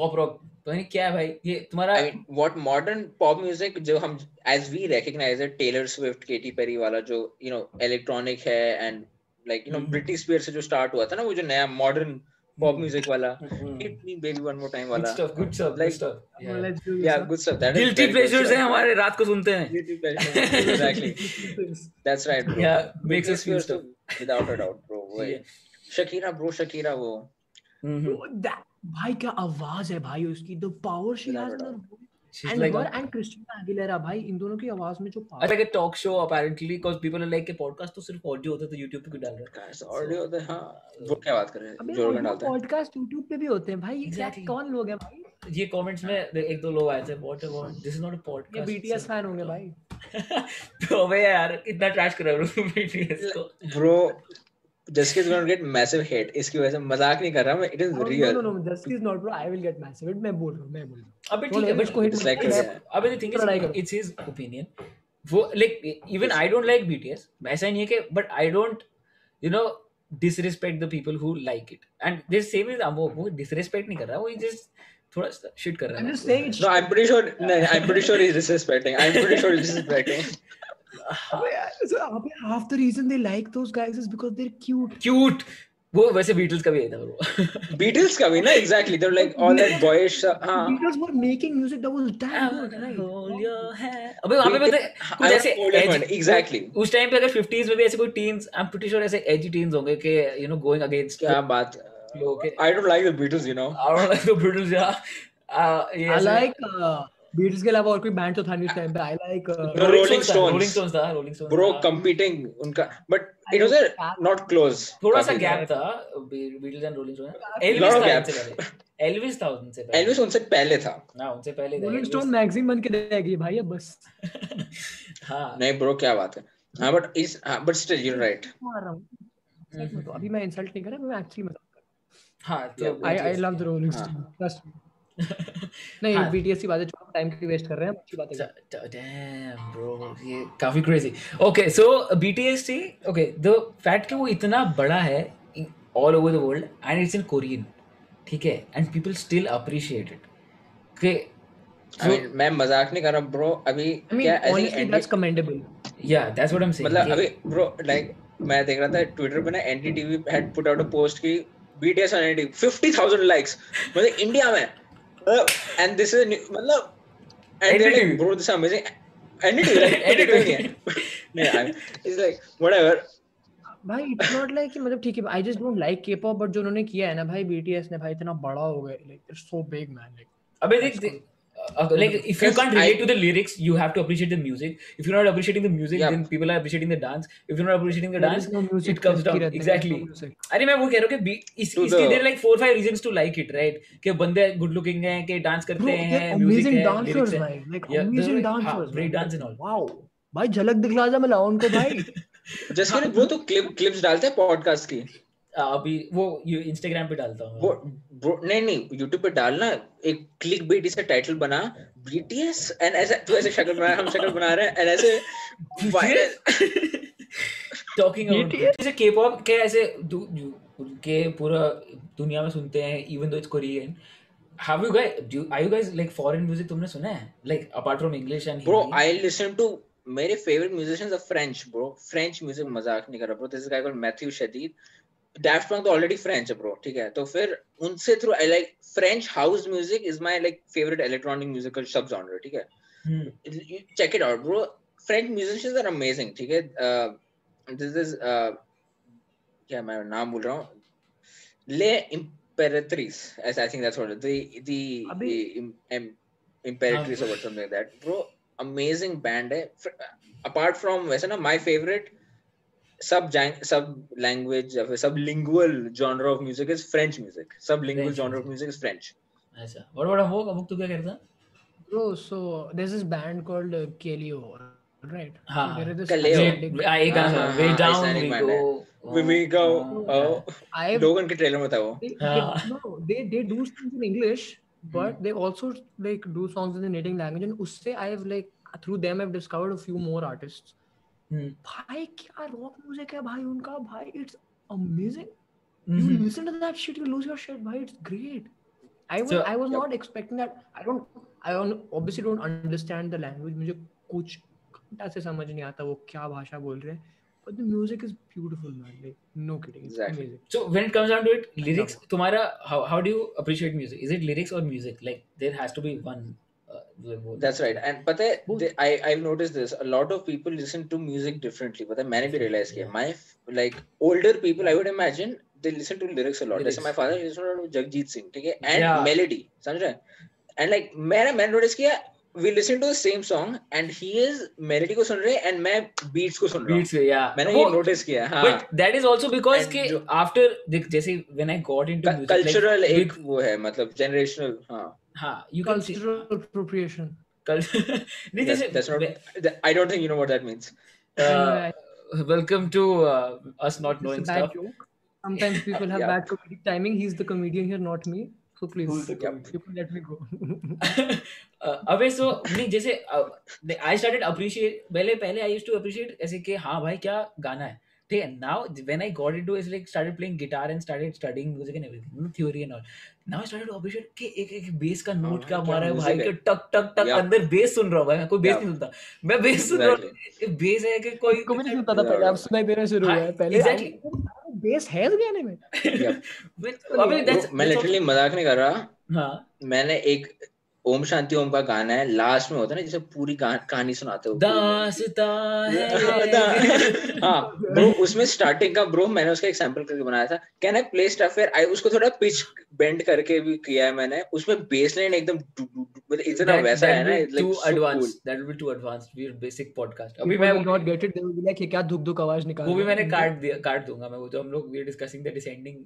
पॉप रॉक पता तो नहीं क्या है भाई ये तुम्हारा I mean, what modern pop music जो हम as we recognize it Taylor Swift, Katy Perry वाला जो you know electronic है and like you know हम्म। Britney Spears से जो start हुआ था ना वो जो नया modern पॉप म्यूजिक वाला Good hit me baby one more time वाला stuff, Hmm. good stuff, good Hmm. Like- stuff. Yeah. Let's do या good stuff that Guilty pleasures हैं हमारे रात को सुनते हैं guilty pleasures exactly that's right bro Yeah, makes us feel stuff. Without a doubt bro वही Yeah. Shakira ब्रो Shakira वो Mhm. भाई क्या आवाज है भाई उसकी the power she Without has a doubt. She's and like हर एंड क्रिस्टिना एगिलेरा भाई इन दोनों की आवाज में जो I power like a talk show apparently because people are like कि podcast तो सिर्फ audio होता है तो YouTube पे क्यों डाल रहा गाइस ऑडियो द हां वो हाँ। क्या बात कर रहे हैं अबे जोरगन डालता है पॉडकास्ट YouTube पे भी होते हैं भाई एग्जैक्ट Exactly. कौन लोग हैं भाई है ये comments में एक दो लोग आए थे what about this is not a podcast ये BTS फैन होंगे भाई तो अबे यार इतना ट्रैश कर रहा हूँ BTS को bro just is gonna get massive hate इसकी वजह से मजाक नहीं कर रहा मैं it Oh, is no real no no just is not bro I will get massive मैं बोल रहा हूं मैं बोल रहा हूं अबे ठीक Don't है ever बट go hate Like, it's, yeah. अबे the thing is लड़ाई करो। it's his opinion वो like even I don't like BTS ऐसा नहीं है कि but I don't you know disrespect the people who like it and the same is वो वो disrespect नहीं कर रहा वो he just थोड़ा सा shit कर रहा I'm है just saying it's No, I'm pretty sure. No, I'm pretty sure he's disrespecting. I'm pretty sure he's disrespecting. अबे यार, so, अबे half the reason they like those guys is because they're cute. Cute वो वैसे Beatles का भी यही था bro Beatles coming, na? Exactly. They're like all that boyish. Uh, huh. Because we're making music that was damn good, I right? wanna hold your hand. अबे वहाँ पे पता है I कुछ wanna ऐसे hold your edgy- hand, exactly. उस time पे अगर 50s में भी ऐसे कोई teens I am pretty sure ऐसे एजी टीन्स होंगे कि यू नो गोइंग अगेंस्ट क्या बात? लोग के I don't like the Beatles, you know. I don't like the Brutals तो या I like uh, Beatles के अलावा और कोई बैंड तो था नहीं उस टाइम पे. I like uh, Rolling Stones. Rolling Stones था रोलिंग स्टोन्स Bro, competing उनका, but it was a not close. थोड़ा सा काफी। गैप था Beatles and Rolling Stones Lot Elvis of था gap. उनसे पहले एल्विस था उनसे पहले Elvis उनसे पहले था. ना उनसे पहले Rolling Stone magazine बन के रह गई भाई अब बस. हां नहीं bro क्या बात है? हाँ but is हाँ but still you're right. मार रहा हूँ. सच में तो अभी मैं इंसल्ट नहीं कर रहा मैं एक्चुअली मजाक कर हां तो रहा हूँ. I I love the Rolling Stones. Trust me. नहीं हाँ। BTS की बात है छोड़ टाइम की वेस्ट कर रहे हैं अच्छी बात है D- d- तो Damn, bro, ये काफी crazy. Okay, so BTS थी, okay, the fact कि वो इतना बड़ा है in- all over the world and it's in Korean, ठीक है, and people still appreciate it. Okay, I mean मैं मजाक नहीं कर रहा bro. अभी I mean क्या I think honestly that's ND commendable. yeah, that's what I'm saying. मतलब कि- अभी bro like मैं देख रहा था Twitter पे ना NDTV had put out a post की BTS on NDTV 50,000 likes मतलब इंडिया में मतलब and this is a new- मतलब and they're like NDTV. bro this is amazing NDTV like NDTV. NDTV नहीं I mean, it's like whatever भाई it's not like कि मतलब ठीक है I just don't like K-pop but जो उन्होंने किया है ना भाई बीटीएस ने भाई इतना बड़ा हो गया like it's so big man like अबे देख देख- अगर- like if you Because can't I- relate to the lyrics you have to appreciate the music if you're not appreciating the music Yeah. then people are appreciating the dance if you're not appreciating the dance no it comes down exactly अरे मैं वो कह रहा हूँ कि बी- इस, To इसके the- there like four five reasons to like it right कि बंदे गुड लुकिंग हैं कि डांस करते हैं म्यूजिक अमेजिंग है lyrics डांसर्स है। भाई like Yeah, they're amazing like, हाँ, dancers break dance and all. Wow भाई झलक दिखला जा मैं लाऊं उनको भाई just के लिए bro तो clip clips डालते हैं podcast की आ, Uh, अभी वो इंस्टाग्राम पे डालता वो हूँ bro नहीं नहीं YouTube पे डालना एक क्लिक बीटी से टाइटल बना BTS and ऐसे तू ऐसे शक्ल बना हम शक्ल बना रहे हैं and ऐसे viral टॉकिंग BTS? जैसे के पॉप के ऐसे दु- यू- उनके पूरा दुनिया में सुनते हैं even though it's Korean have you guys are you guys like foreign music तुमने सुना है like apart from English and Bro, I listen to मेरे favorite musicians are French, bro. French music मजाक नहीं कर रहा, bro. This is a guy called Matthew Shadid. Daft Punk तो already French है, bro. ठीक है, तो फिर उनसे through I like French house music is my like favorite electronic musical subgenre. ठीक है, Hmm, You check it out, bro. French musicians are amazing. ठीक है, Uh, this is uh, क्या मैं नाम बोल रहा हूँ? Le Imperatrice. As I think that's what it- the the, अभी- the im, im, Imperatrice or something like that, bro. amazing band है Fr- apart from वैसे ना my favorite sub sub language sublingual genre of music is french music sublingual French genre of music is french ऐसा what what वो अमुक तू क्या करता bro so there is band called Kaleo right हाँ, Kaleo. जे- आ, एक गाना हाँ, हाँ, वे हाँ, डाउन Icelandic वी band है। गो We- we go हाँ, oh आई लोगन के ट्रेलर में था वो They, Ah. they, no, they they do songs in English, Hmm. but they also like do songs in the native language. And उससे I have like through them I've discovered a few more artists. Hmm. भाई क्या rock music है भाई उनका भाई it's amazing you Mhm. Listen to that shit you lose your shit भाई it's great I was So- I was Yep. not expecting that. I don't I don't, obviously don't understand the language. मुझे कुछ घंटा से समझ नहीं आता वो क्या भाषा बोल रहे हैं but the music is beautiful, man. Like, no kidding. It's Exactly. amazing. So when it comes down to it, lyrics. Tomorrow, how, how do you appreciate music? Is it lyrics or music? Like there has to be one. Uh, like, both. That's right. And but they, they, I I've noticed this. A lot of people listen to music differently. But then many people realize yeah. my f- like older people, I would imagine they listen to lyrics a lot. Lyrics. Lyrics. Like my father listened to Jagjit Singh, okay, and Yeah. melody. समझ रहे हैं? And like मैंने मैंने notice किया we listen to the same song and he is melody को सुन रहे हैं and मैं beats को सुन रहा हूँ. Beats, yeah. मैंने वो- ये notice किया. हाँ. But that is also because And के जो- after देख- जैसे when I got into music, like, cultural with- एक वो है मतलब जनरेशनल हाँ हाँ, you can see Cultural appropriation. culture. नहीं that's, जैसे that's not I don't think you know what that means uh, welcome to uh, us not knowing it's a bad stuff. joke. Sometimes people have Yeah. bad comedic timing. He's the comedian here, not me. So please, Yep. you can let me go. Uh, अबे so नहीं जैसे I started appreciate पहले पहले I used to appreciate ऐसे कि हाँ भाई क्या गाना है ठीक है now when I got into it's like started playing guitar and started studying music and everything theory and all now I started to appreciate कि एक एक बेस का नोट हाँ भाई, क्या क्या मारा है music भाई है। के टक टक टक Yeah. अंदर बेस सुन रहा हूँ भाई मैं कोई बेस Yeah. नहीं सुनता मैं बेस सुन रहा हूँ बेस है कि कोई को भी नहीं पता था पहले अब सुनाई देना शुरू हुआ है हाँ, पहले exactly. बेस है इस गाने में With- अबे that's- मैं that's लिटरली मजाक नहीं कर रहा all- हाँ मैंने एक ओम शांति ओम का गाना है लास्ट में होता है ना जिसे पूरी गा- कहानी सुनाते हो दास्ता है हाँ ब्रो उसमें स्टार्टिंग का ब्रो मैंने उसका एक सैंपल करके बनाया था can I play stuff I उसको थोड़ा पिच बेंड करके भी किया है मैंने उसमें बेसलाइन एकदम डू- डू- डू- मतलब इतना That- वैसा that है ना will it's like too so cool. advanced. That will be too advanced. We're basic podcast. अभी People मैं will not get it. They will be like, ये क्या धुक धुक आवाज निकाल वो भी रहे मैंने हो?" काट दिया काट दूंगा मैं वो जो हम लोग we discussing the descending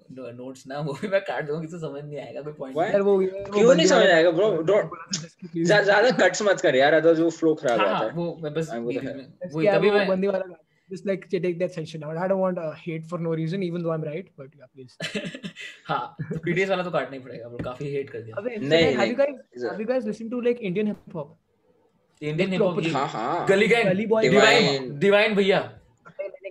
notes ना वो भी मैं काट दूंगा किसी को समझ नहीं आएगा कोई पॉइंट Why? यार वो यार वो क्यों बंदे नहीं समझ वाला- आएगा bro? Don't- Please. ज्या- ज्यादा कट्स मत कर यार अदरवाइज वो फ्लो खराब हो हाँ जाता हाँ है वो मैं बस हाँ, वो तो बीच है। में- Just वो क्या है, तभी वो मैं बंदे वाला गाना. Just like take that section out. I don't want uh, hate for no reason, even though I'm right. But yeah, please. हाँ तो पीडीएस वाला तो काटना ही पड़ेगा वो काफी हेट कर दिया अबे, नहीं, have you नहीं. guys have you guys listened to like Indian hip hop? Indian hip proper- हाँ हॉप हाँ गली तो Gully gang boy- Divine Divine. Divine भैया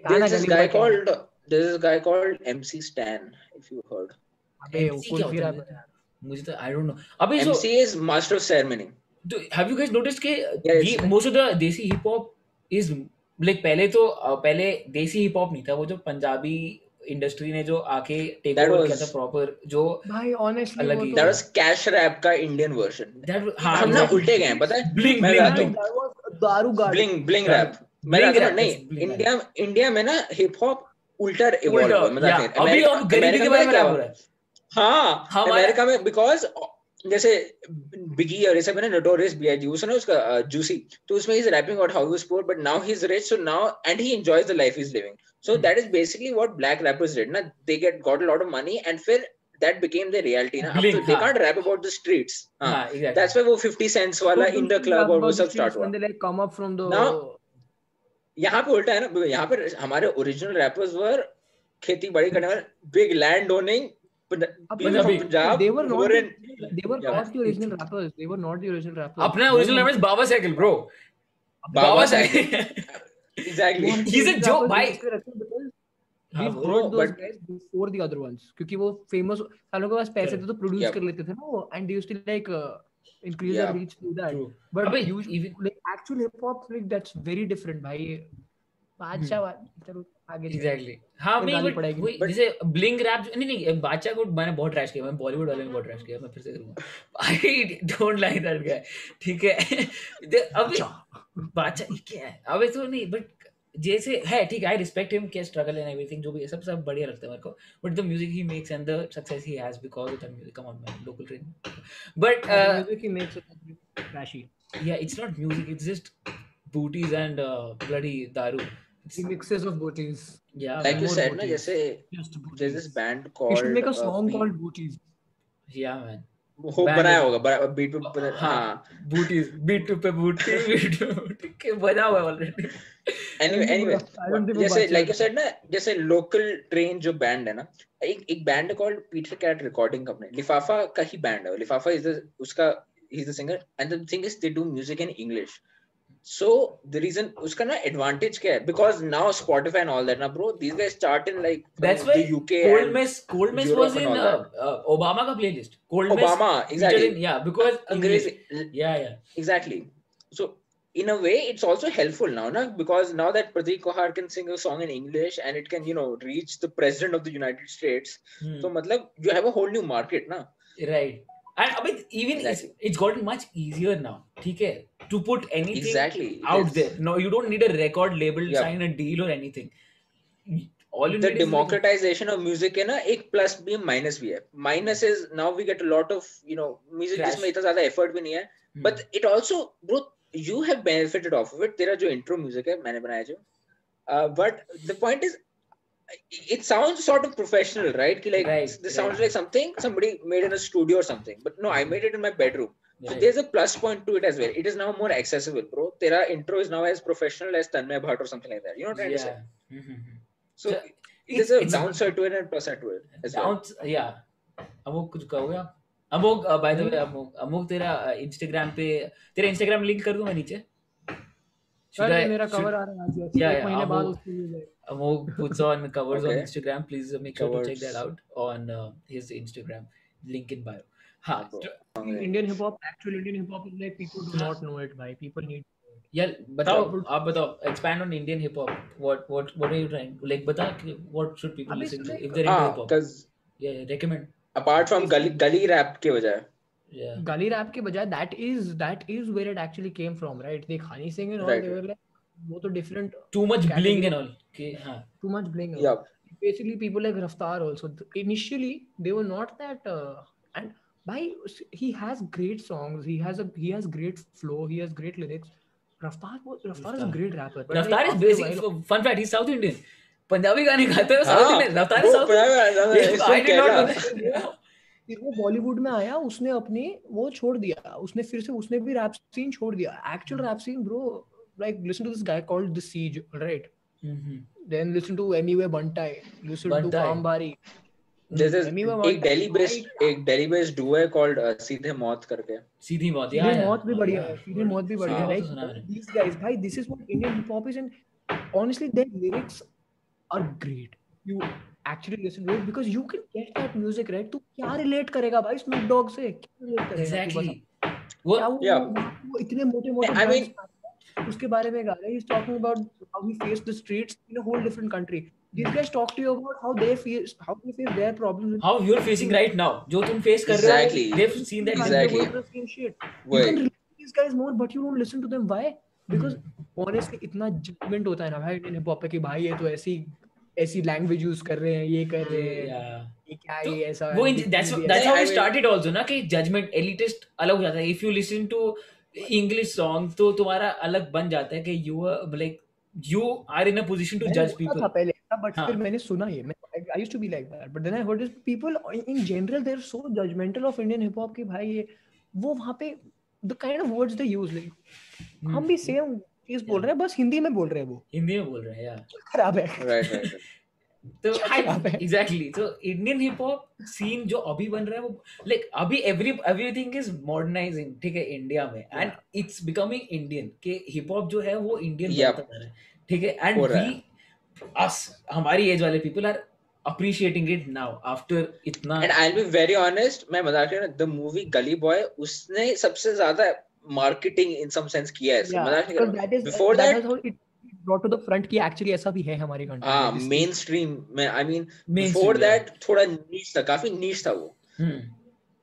मैंने There's this guy called there's this guy called MC Stan, if you heard. अबे वो MC कौन क्या फिर होता है? मुझे तो आई डोंट नो अबे so- MC is master of ceremony. Do, तो have you guys noticed के Yes. ये most of the desi hip hop is like पहले तो अ, पहले desi hip hop नहीं था वो जो पंजाबी इंडस्ट्री ने जो आके टेक That ओवर was- किया था प्रॉपर जो भाई ऑनेस्टली अलग वो ही- तो That was cash rap का Indian version. दैट हम ना उल्टे गए हैं, पता है? ब्लिंग मैं That बताता ब्लिंग हूँ। was a दारू गाड़ी Bling bling That- rap. मैं Bling बताता हूँ, rap, yes, नहीं bling rap. इंडिया इंडिया में ना हिप हॉप उल्टा evolve उल्टा, हुआ मैं बताता yeah. हूँ। अभी मतलब America- और गरीबी America के में बारे में क्या rap हो हुआ? रहा है हाँ हमारा- अमेरिका में बिकॉज जैसे बिगी और ये सब है ना नोटोरियस बीआईजी उसने उसका जूसी तो उसमें ही rapping about how is poor but now he is rich so now and he enjoys the life is living so Hmm. That is basically what black rappers did ना they get got a lot of money and फिर that became their reality ना Blink, they हाँ. Can't rap about the streets हाँ exactly. That's why वो 50 Cent's वाला in the club और वो सब स्टार्ट हुआ When they like come up from the Now- यहाँ पे उल्टा है ना यहाँ पे हमारे ओरिजिनल रैपर्स वर खेती बाड़ी करने वाले big land owning Punjabi. Punjab they were not were in- they were Yeah. not the original rappers they were not the original rappers अपना ओरिजिनल नाम बाबा साइकिल ब्रो बाबा बाबा साहब cycle exactly He's a joke, bhai. We हाँ, bro, brought those but- guys before the other ones क्योंकि वो famous सालों के पास पैसे थे तो produce Yeah. कर लेते थे ना वो and they used to like uh, increase Yeah. their reach through that True. but अबे, you even- like actual hip hop like that's very different भाई बादशाह Hmm. वा- चलो आगे चलो। एग्जैक्टली हाँ फिर मैं गाली but पड़ेगी। वही जैसे ब्लिंग रैप नहीं नहीं बादशाह को मैंने बहुत ट्रैश किया मैं बॉलीवुड वाले ने बहुत ट्रैश किया मैं फिर से करूंगा I don't like that guy ठीक है दे- अबे अच्छा। बादशाह ये क्या है अबे तो नहीं बट जैसे है ठीक है आई रिस्पेक्ट हिम क्या स्ट्रगल एंड एवरीथिंग जो भी है सब सब बढ़िया लगता है मेरे को but the music he makes and the success he has because of that music come on man local train but uh, Music, he makes it trashy या it's not music it's just booties and uh, bloody daru remixes of booties या like you more said ना booties. जैसे just there's booties this band you called should make a uh, song Beat- called booties yeah man हो band बनाया है। होगा बना- beat पे बना- हाँ। हाँ बूटीज बीट पे बूटी बीट पे बूटी के बना हुआ है already anyway I anyway don't think वो जैसे बादशाह like you था। said ना जैसे local train जो band है ना एक एक band है called Peter Cat Recording Company Lifafa का ही band है लिफाफा is the उसका he's the singer and the thing is they do music in English so the reason उसका ना advantage क्या है because now Spotify and all that ना bro these guys start in like That's why the UK cold and mess cold mess Europe was and in all uh, Obama का playlist cold mess Obama exactly Uh, या because अंग्रेजी या या exactly so in a way it's also helpful now na? because now that pratik kohar can sing a song in english and it can you know reach the president of the united states so matlab, you have a whole new market na Hmm, right and I mean, even it's, it's gotten much easier now okay to put anything exactly out It's- there no you don't need a record label Yeah. sign a deal or anything all you the need democratization of music है ना एक plus भी है minus भी है minus is now we get a lot of you know music Crash. जिसमें इतना ज्यादा effort भी नहीं है is like, but it also bro you have benefited off of it तेरा जो intro music है मैंने बनाया जो uh, but the point is it sounds sort of professional right कि like Right, this right. sounds like something somebody made in a studio or something but no I made it in my bedroom so right. there's a plus point to it as well it is now more accessible bro तेरा intro is now as professional as Tanmay Bhatt or something like that you know what I'm trying to say yeah. Mhm. so Yeah. there's a downside to it and plus side to it as well. Sounds, yeah. Amok कुछ कहोगे आप Amok uh, by the way Amok Amok तेरा Instagram पे तेरा Instagram link कर दूं मैं नीचे Should सर I- मेरा should- कवर आ रहा है आज Yeah, एक yeah, महीने आप बाद वो- उसको मिल जाएगा Amog puts on covers on Okay. Instagram. Please uh, make sure to check Covers. that out on uh, his Instagram. Link in bio. Ha, Cool. tr- Indian hip hop actual Indian hip hop like people do not know it भाई people need yeah, बताओ Yeah. आप बताओ expand on Indian hip hop. What what what are you trying? Like बता कि what should people अभी listen to सुने- if they're into Ah, hip hop? because Yeah, yeah, recommend. apart from gully, gully rap के वजह Yeah. गली rap के बजाय that is that is where it actually came from right दे खानी Singh and all Right, they were like वो तो different Too much Category- bling and all. Okay, हाँ. Too much bling yeah basically people like Raftar also. th- Initially, they were not that. Uh, and by he has great songs. He has a he has great flow. He has great lyrics. Raftar was Raftar is a Raftar. great rapper. but Raftaar like is after a basic while- fun fact he South Indian Punjabi गाने गाते हैं south हाँ, Indian रफ्तार वो is south Punjabi गाना था, it's from I did Kerala. Not फिर वो बॉलीवुड में आया उसने अपने वो छोड़ दिया उसने फिर से उसने भी रैप सीन छोड़ दिया actual rap scene bro like listen to this guy called the seize right hmm, then listen to Emiway Bantai listen to Bantai. कामबारी There's this Anyone want एक to Delhi based fight? एक Delhi based duo है called uh, Seedhe Maut करके सीधी मौत या सीधे हाँ, मौत भी बढ़िया है सीधे मौत भी बढ़िया है हाँ, वो तो लाइक सुना मैंने। दीस गाइस भाई this is what Indian hip hop is and honestly their lyrics are great you actually listen to because you can get that music right तू क्या रिलेट करेगा भाई स्नूप डॉग से क्या relate करेगा तू एग्जैक्टली बता? वो क्या वो Yeah. वो इतने मोटे-मोटे I mean- brands उसके बारे में गा रहा है is talking about how he face the streets in a whole different country this guys talk to you about how they face how they face their problems how you are facing right now जो तुम face कर रहे हो Exactly. They've seen that Exactly. You वही can relate to these guys more, but you don't listen to them. Why? Because Hmm. honestly, इतना judgement होता है ना भाई इंडियन हिप हॉप पे कि भाई ये तो ऐसी ऐसी लैंग्वेज यूज कर रहे हैं ये कर रहे हैं ये क्या है, तो ये ऐसा वो है, इन- ये that's भी that's ऐसा how I we mean- started also ना कि जजमेंट elitist अलग हो जाता है if you listen to English song तो तुम्हारा अलग बन जाता है कि you like you are in a position to मैंने जज बोला था पीपल पहले ऐसा बट हाँ। फिर मैंने सुना ये मैं I used to be like that but then I heard this people in general they are so judgemental of Indian hip hop कि भाई ये वो वहां पे the kind of words they use like Hmm. हम भी सेम चीज बोल रहे हैं बस हिंदी में बोल रहे हैं वो हम्म। हिंदी में बोल रहे हैं यार खराब है right right right. तो क्या बात है? एग्जैक्टली तो इंडियन हिप हॉप सीन जो अभी बन रहा है वो लाइक अभी एवरी एवरीथिंग इज मॉडर्नाइजिंग ठीक है इंडिया में एंड इट्स बिकमिंग इंडियन के हिप हॉप जो है वो इंडियन Yep. बनता जा रहा है ठीक है एंड हो रहा वी अस हमारी एज वाले people are appreciating it now after इतना and I'll be very honest मैं मजाक नहीं कर रहा, the movie Gully Boy उसने सबसे ज्यादा marketing in some sense किया है Yeah, मजाक नहीं कर because रहा that is- Before that that- has all- it- it brought to the front कि actually ऐसा भी है हमारे country में, हाँ this- mainstream में I mean mainstream before है। that थोड़ा niche था काफी niche था वो हम्म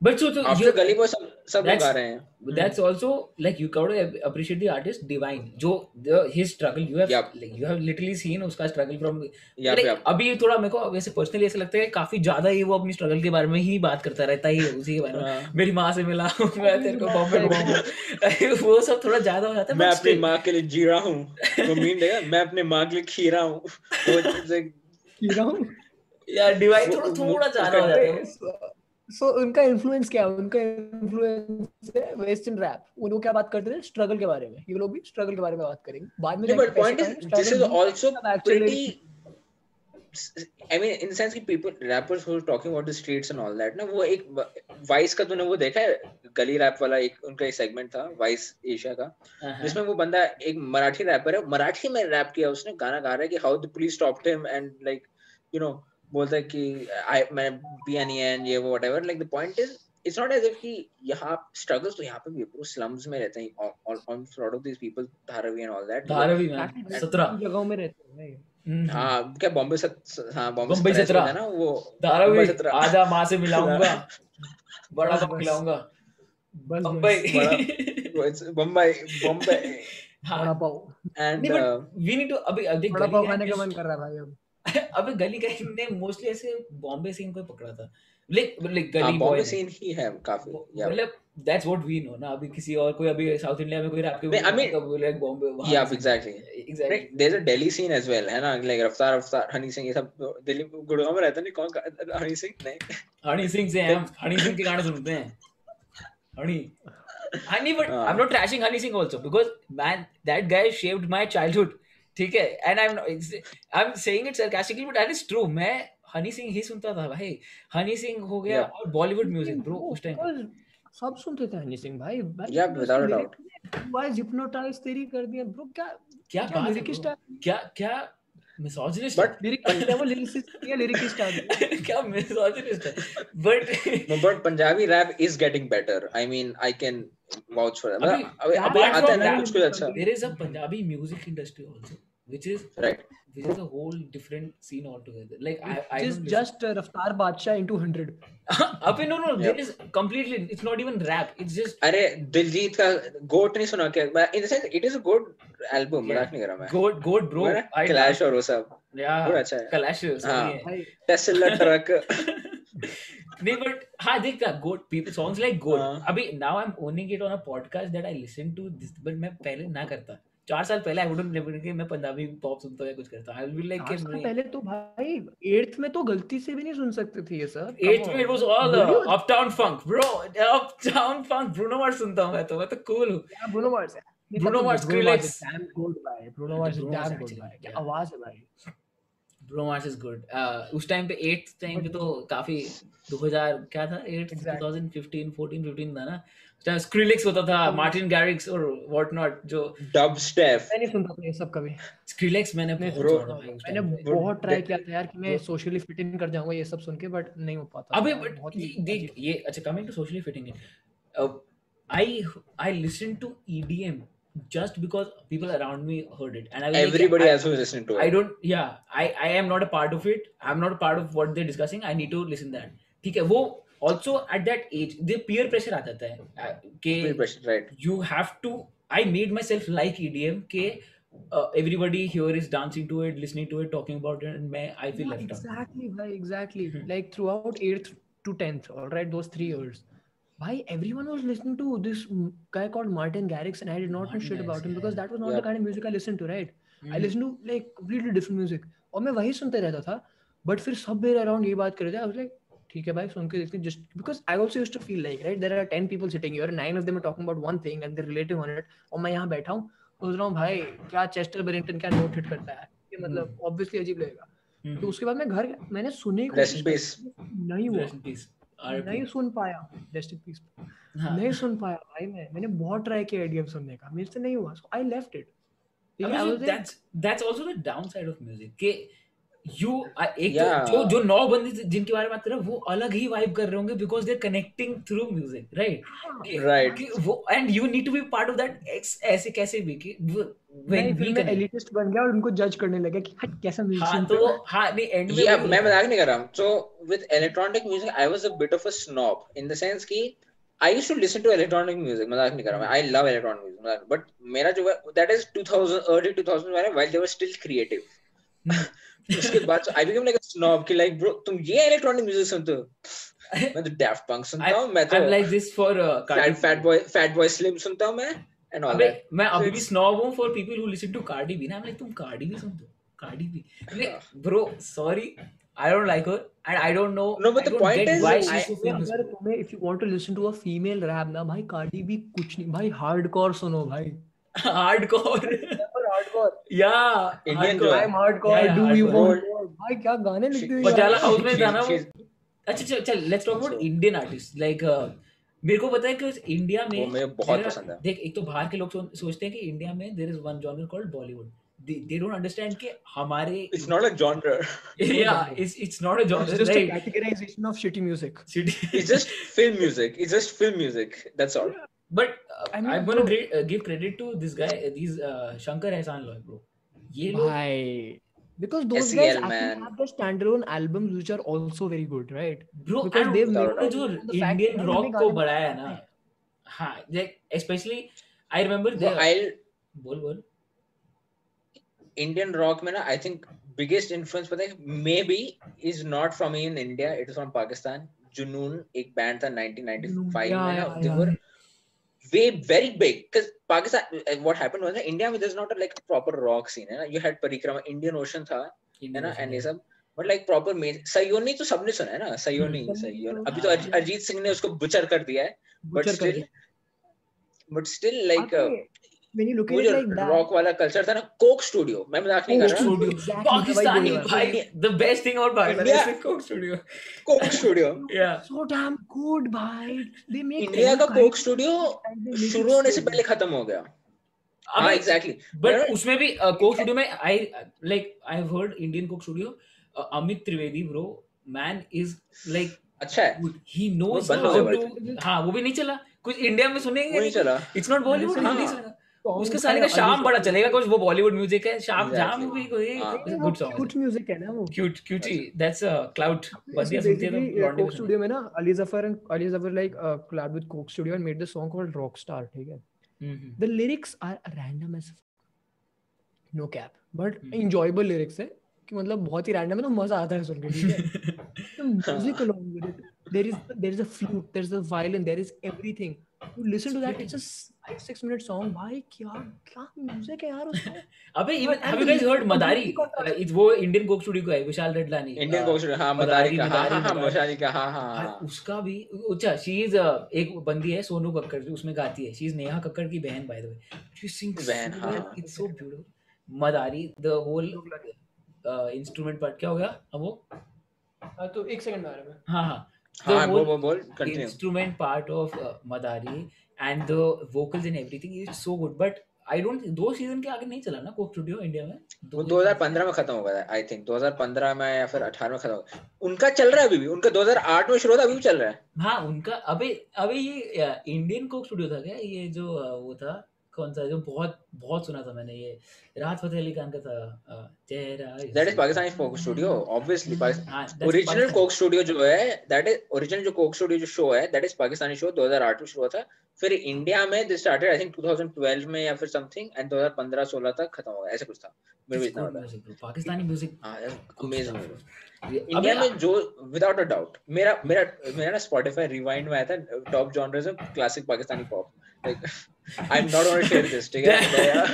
बट सो तो after Gully Boy hmm. सब सब लोग That's- आ रहे हैं that's also like you got to appreciate the artist divine जो the, his struggle you have Yep. like, you have literally seen उसका struggle from या like, पे अभी थोड़ा मेरे को वैसे पर्सनली ऐसा लगता है कि काफी ज्यादा ही वो अपनी स्ट्रगल के बारे में ही बात करता रहता है उसी के बारे में आप मेरी माँ से मिला मैं तेरे को बॉम्बे घुमाऊंगा। वो सब थोड़ा ज्यादा हो जाता है मैं but अपनी still, माँ के लिए जी रहा हूँ वो मीन देगा मैं अपने माँ के लिए खी रहा हूँ वो like, you know? यार डिवाइड वो- थोड़ा वो- थोड़ा ज्यादा हो जाता है So- so उनका इन्फ्लुएंस क्या है उनका इन्फ्लुएंस है वेस्टर्न रैप वो लोग क्या बात करते थे स्ट्रगल के बारे में ये लोग भी स्ट्रगल के बारे में बात करेंगे बाद में No, जाके but पैसे point is, कमाएंगे, this is struggle भी- also सब actually- pretty. I mean, in the sense that people, rappers who are talking about the streets and all that, ना वो एक वाइस का तूने वो देखा है गली रैप वाला एक उनका एक सेगमेंट था वाइस एशिया का हाँ, जिसमें वो बंदा एक मराठी रैपर है मराठी में रैप किया उसने गाना गा रहा है कि how the police stopped him and E like you know बोलता है कि आई मैं पिया नहीं है and ये वो whatever like the point is it's not as if कि यहाँ struggles तो यहाँ पे भी है, पूरे slums में रहते हैं all, all, all sort of these people Dharavi and all that Dharavi man That- सत्रह हम्म। जगहों में रहते हैं ना ये। हाँ क्या बॉम्बे सत हाँ बॉम्बे बम्बई सत्रह ऐसे सत्रह। होता है ना वो धारावी बम्बई सत्रह। आजा माँ से मिलाऊंगा बड़ा बस, कप बस। खिलाऊंगा बस बस बम्बई वो it's बम्बई बम्बई बड़ा हाँ पाव and नहीं, uh, but we need to अभी अभी बड़ा गली पाव gang खाने का is- मन कर रहा है भाई अब अबे गली का ने मोस्टली ऐसे बॉम्बे से इनको पकड़ा था लाइक लाइक हाँ, गली बॉम्बे बॉय सीन ही है काफी yeah. मतलब दैट्स व्हाट वी नो ना अभी किसी और कोई अभी साउथ इंडिया में कोई रैप के मतलब नहीं, I mean- like Bombay Yeah, exactly. Exactly there is a Delhi scene as well है ना लाइक रफ्तार रफ्तार हनी सिंह ये सब दिल्ली गुड़गांव में रहता नहीं कौन का- हनी सिंह नहीं हनी सिंह से हम हनी सिंह के गाने सुनते हैं हनी हनी बट हाँ। I am not trashing Honey Singh also because man that guy shaped my childhood ठीक है and I am I am saying it sarcastically but that is true मैं हनी सिंह ही सुनता था भाई हनी सिंह हो गया Yeah. और बॉलीवुड म्यूजिक ब्रो उस टाइम बिकॉज़ सब सुनते थे हनी सिंह भाई Yeah, without a doubt. Wise hypnotise तेरी कर दिया ब्रो क्या क्या क्या बात है लिरिकिस्ट bro? क्या क्या मिसोजिनिस्ट But- लिरिकिस्ट है वो लिरिकिस्ट या लिरिकिस्ट आ गया क्या मिसोजिनिस्ट है but but Punjabi rap is getting better I mean I can vouch for अभी मतलब अभी rap अभी from आता है ना rap- कुछ कुछ अच्छा there is a Punjabi music industry also which is right which is a whole different scene all together like I I Just just uh, Raftar Bacha into 100. अबे no no Yeah. There is completely it's not even rap it's just अरे दिलजीत का GOAT नहीं सुना क्या in the sense it is a good album Yeah. मजाक नहीं कर रहा मैं गोट गोट ब्रो मेरा क्लैश और वो सब या बहुत अच्छा है क्लैश हाँ। नहीं भाई टेस्ला ट्रक बट हाँ देखता GOAT people songs like GOAT हाँ। अभी now I am owning it on a podcast that I listen to this but मैं पहले ना करता चार साल पहले आई वुडंट नेवर कि मैं पंजाबी पॉप सुनता हूं या कुछ करता आई विल बी लाइक चार साल पहले तो भाई 8th में तो गलती से भी नहीं सुन सकते थे ये सर Eighth में it was all the Bruno- uptown funk, bro. Uptown funk, Bruno Mars सुनता हूँ मैं तो मैं तो cool हूँ. ब्रूनो मार्स है नहीं, Bruno सब Mars, Bruno Mars Skrillex. is damn good भाई ब्रूनो तो Mars Bruno Mars damn good actually, भाई क्या yeah. आवाज है भाई Bruno Mars is good. Uh, उस time पे eighth time पे तो काफी 2000 क्या था? Eighth Exactly. 2015, 14, 15 था ना. उस time Skrillex होता था, Martin Garrix और what not जो डब स्टेफ मैं नहीं सुनता था ये सब कभी Skrillex मैंने नहीं, बहुत bro, सुना था भाई हाँ, उस हाँ, मैंने time पे. बहुत ट्राई दे- किया था यार कि मैं bro- सोशली फिट इन कर जाऊंगा ये सब सुन के बट नहीं हो पाता अबे था। बट बहुत ही देख ये अच्छा coming to socially fitting Uh, I I listen to EDM just because people around me heard it and everybody also listening to I don't yeah I I am not a part of it I'm not a part of what they're discussing I need to listen that ठीक है वो also at that age the peer pressure आ जाता है uh, कि right you have to I made myself like EDM के uh, everybody here is dancing to it listening to it talking about it and मैं I feel left out exactly हाँ, भाई exactly Hmm. Like throughout 8th to 10th alright those 3 हम्म। Years भाई everyone was listening to this m- guy called Martin Garrix and I did not know Martin shit about Garrix, him because yeah. that was not the Yeah. kind of music I listened to right I Hmm. listened to like completely different music और मैं वही सुनते रहता था but फिर सब मेरे around ये बात कर रहे थे आई लाइक ठीक है भाई सुन के देखते just because I also use to feel like right there are ten people sitting your nine of them talking about one thing and they relating on it और मैं यहाँ बैठा हूँ सोच रहा हूँ भाई क्या चेस्टर बेरिंगटन क्या नोट हिट करता है ये मतलब ऑब्वियसली अजीब लगेगा Hmm. तो उसके बाद मैं घर गया, मैंने सुने की रेस्ट कोशिश पीस करी, नहीं हुआ Rest in peace RIP. नहीं सुन पाया रेस्ट इन पीस हाँ. नहीं सुन पाया भाई मैं मैंने बहुत ट्राई किया एडीएम सुनने का मेरे से नहीं हुआ so I left it I mean, so that's that's also the downside of music कि you आ, एक तो- Yeah. जो जो नौ बंदे जि- जिनके बारे में बात कर रहे हैं वो अलग ही वाइब कर रहे होंगे because they connecting through music "हाँ, राइट Right. वो and you need to be part of that एक्स ऐसे कैसे भी कि वो- when we मैं connect. एलिटिस्ट बन गया और उनको जज करने लगा कि हट कैसा हाँ म्यूजिशियन तो हाँ नहीं एंड में या वही मैं होता है। मजाक नहीं कर रहा हूँ so with electronic music I was a bit of a snob in the sense कि I used to listen to electronic music मजाक नहीं कर रहा मैं I love electronic music but मेरा जो है दैट इज 2000 अर्ली 2000 वाला while they were still creative उसके बाद तो I become like a snob कि लाइक ब्रो तुम ये इलेक्ट्रॉनिक म्यूजिक सुनते हो मैं तो डैफ्ट पंक सुनता हूँ मैं तो I'm like this for uh, Cardi- fat fat boy fat boy slim सुनता हूँ मैं एंड ऑल अबे दैट मैं अभी भी it's- स्नॉब हूँ for people who listen to Cardi B ना आई लाइक तुम कार्डी भी सुनते हो Cardi B bro sorry I don't like her and I don't know No, but the point is, why I- she's so famous अगर तुम्हें if you want to listen to a female rap ना भाई Cardy भी कुछ नहीं भाई hardcore सुनो भाई हार्डकोर हार्डकोर या Indian hardcore. जो आई है। Am hardcore Yeah, do you hardcore. Want भाई क्या गाने लिखते हो पटियाला यार। हाउस में She's- था ना वो she's- अच्छा चल चल let's talk about So- Indian artist like uh, मेरे को पता है कि इंडिया में वो मुझे बहुत मेरा- पसंद है। देख एक तो बाहर के लोग सो- सोचते हैं कि इंडिया में there is one genre called Bollywood they, they don't understand कि हमारे It's not a genre. yeah it's it's not a It's genre just a right categorization of shitty music. City- It's just film music. It's just film music. That's all. but uh, I mean, I'm gonna bro- gra- uh, give credit to this guy uh, these uh, Shankar Ehsan Loy bro ये लोग Why? Because those SEL, guys man. actually have their standalone albums which are also very good, right? bro because and they've made उन्होंने it जो into the fact Indian that rock उन्होंने को गाने बढ़ाया है ना बनाए हाँ like especially I remember the But I'll बोल बोल Indian rock में ना I think biggest influence पता है maybe is not from in India. It is from Pakistan. जुनून एक band था 1995 Yeah, में ना yeah, they yeah. were way very big because Pakistan. uh, What happened was ना India में there's not a, like a proper rock scene है ना. You had परिक्रमा Indian Ocean था है ना and ये सब but like proper main Sayoni तो सबने सुना है ना सयोनी हम्म, सयोनी तो- अभी तो अर- अरिजीत सिंह ने उसको बुचर कर दिया है बट Butcher कर स्टिल बट स्टिल दिया। Like Okay, when you look वो at it जो like that, रॉक वाला कल्चर था ना कोक स्टूडियो मैं मजाक नहीं कर Coke रहा Studio, Studio. exactly, Pakistani वही बोल भाई, bhai, the best thing about Pakistan India- is the Coke Studio. Coke Studio Yeah. So damn good, bhai. They make India every का kind Coke of Studio music and they make it तो शुरू होने से so पहले खत्म हो गया हाँ But- एग्जैक्टली but Right. उसमें भी uh, Coke Studio में I like I've heard Indian Coke Studio uh, Amit Trivedi bro man is like अच्छा है good. he वो knows बंद how हो गया to भाई। हाँ वो भी नहीं चला कुछ इंडिया में वो नहीं सुनेंगे चला इट्स नॉट बॉलीवुड हाँ। नहीं चला good. उसके साले का शाम बड़ा चलेगा कुछ वो बॉलीवुड म्यूजिक है शाम Exactly. जाम भी कोई हाँ। गुड सॉन्ग Good music है ना वो cute cutie that's a cloud बढ़िया सुनती है तो blondie कोक भी सुनती स्टूडियो में ना Ali Zafar and Ali Zafar like collab with Coke Studio and made the song called rockstar ठीक है है। हम्म, hmm, the lyrics are random as no cap but Hmm. Enjoyable lyrics है कि मतलब बहुत ही रैंडम है तो मजा आता है सुन के ठीक है तो music along with it there is there is a flute there is a violin there is everything you listen to that it's a 5 6 minute song भाई क्या क्या म्यूजिक है यार उसमें अबे even And have you the guys heard music Madari completely contrast- it's Uh, वो Indian Coke Studio का है Vishal Dadlani Indian Uh, Coke Studio हाँ मदारी, मदारी का हाँ मदारी, हाँ हाँ मदारी। मोशाली का हाँ हाँ और हाँ उसका भी अच्छा शी इज एक बंदी है सोनू कक्कड़ जो उसमें गाती है शी इज नेहा कक्कड़ की बहन by the way she sings बहन, हाँ। It's so beautiful Madari the whole instrument part क्या हो गया अब वो हाँ, तो एक सेकंड में आ रहा है हाँ हाँ The हाँ बोल whole- बोल बोल the continue instrument part of uh, Madari and the vocals and everything is so good. But I don't think दो सीजन के आगे नहीं चला ना कोक स्टूडियो इंडिया में वो 2015 में खत्म हो गया आई थिंक 2015 में या फिर 18 में खत्म हो गया उनका चल रहा है अभी भी उनका 2008 में शुरू था अभी भी चल रहा है हाँ उनका अबे अबे ये इंडियन कोक स्टूडियो था क्या ये जो uh, वो था कौन सा जो बहुत बहुत सुना था मैंने ये राहत फतेह अली खान का था uh, चेहरा that is Pakistani Coke Studio obviously हाँ ओरिजिनल कोक स्टूडियो जो है दैट इज ओरिजिनल जो कोक स्टूडियो जो शो है दैट इज पाकिस्तानी शो 2008 में शुरू हुआ था फिर इंडिया में दे स्टार्टेड आई थिंक 2012 में या फिर समथिंग एंड 2015 16 तक खत्म हो गया ऐसा कुछ था मेरे को इतना पता है म्यूजिक पाकिस्तानी म्यूजिक हां अमेजिंग इंडिया में जो विदाउट अ डाउट मेरा मेरा मेरा ना स्पॉटिफाई रिवाइंड में आया था top genres of classic Pakistani pop like I am not gonna share this ठीक है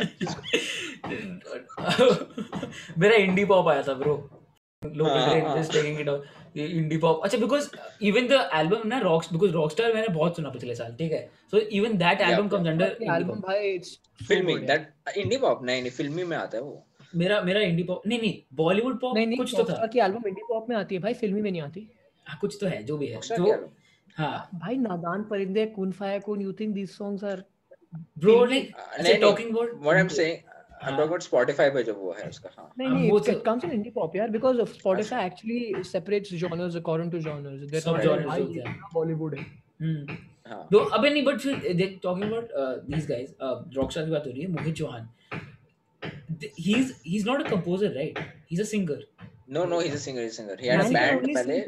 तो मेरा इंडी पॉप आया था ब्रो हाँ, हाँ. इंडी पॉप अच्छा बिकॉज इवन द एल्बम ना रॉक्स बिकॉज रॉकस्टार मैंने बहुत सुना पिछले साल ठीक है so even that Yeah, album comes album under भाई it's filmy that indie pop नहीं नहीं फिल्मी में आता है वो मेरा मेरा इंडी पॉप नहीं नहीं बॉलीवुड पॉप नहीं नहीं कुछ तो था की एल्बम इंडी पॉप में आती है भाई फिल्मी में नहीं आती हाँ, कुछ तो है जो भी है Rockstar तो क्या लो? हाँ भाई नादान परिंदे Kun Faya Kun you think these songs are bro Filmy? Like Uh, अच्छा हाँ। नहीं talking about what I am saying I am talking about Spotify पे जो वो है उसका हाँ, हां नहीं अब नहीं वो इट तो- अच्छा। कम्स इन इंडी पॉप यार because of Spotify actually separates genres according to genres there सब genres होते हैं। बॉलीवुड है हम्म हां दो अबे नहीं बट फिर eh, देख uh, talking about these guys rockstar की बात हो रही है Mohit Chauhan he is he is not a composer right he is a singer no no he is a singer is singer he had a Man, he band पहले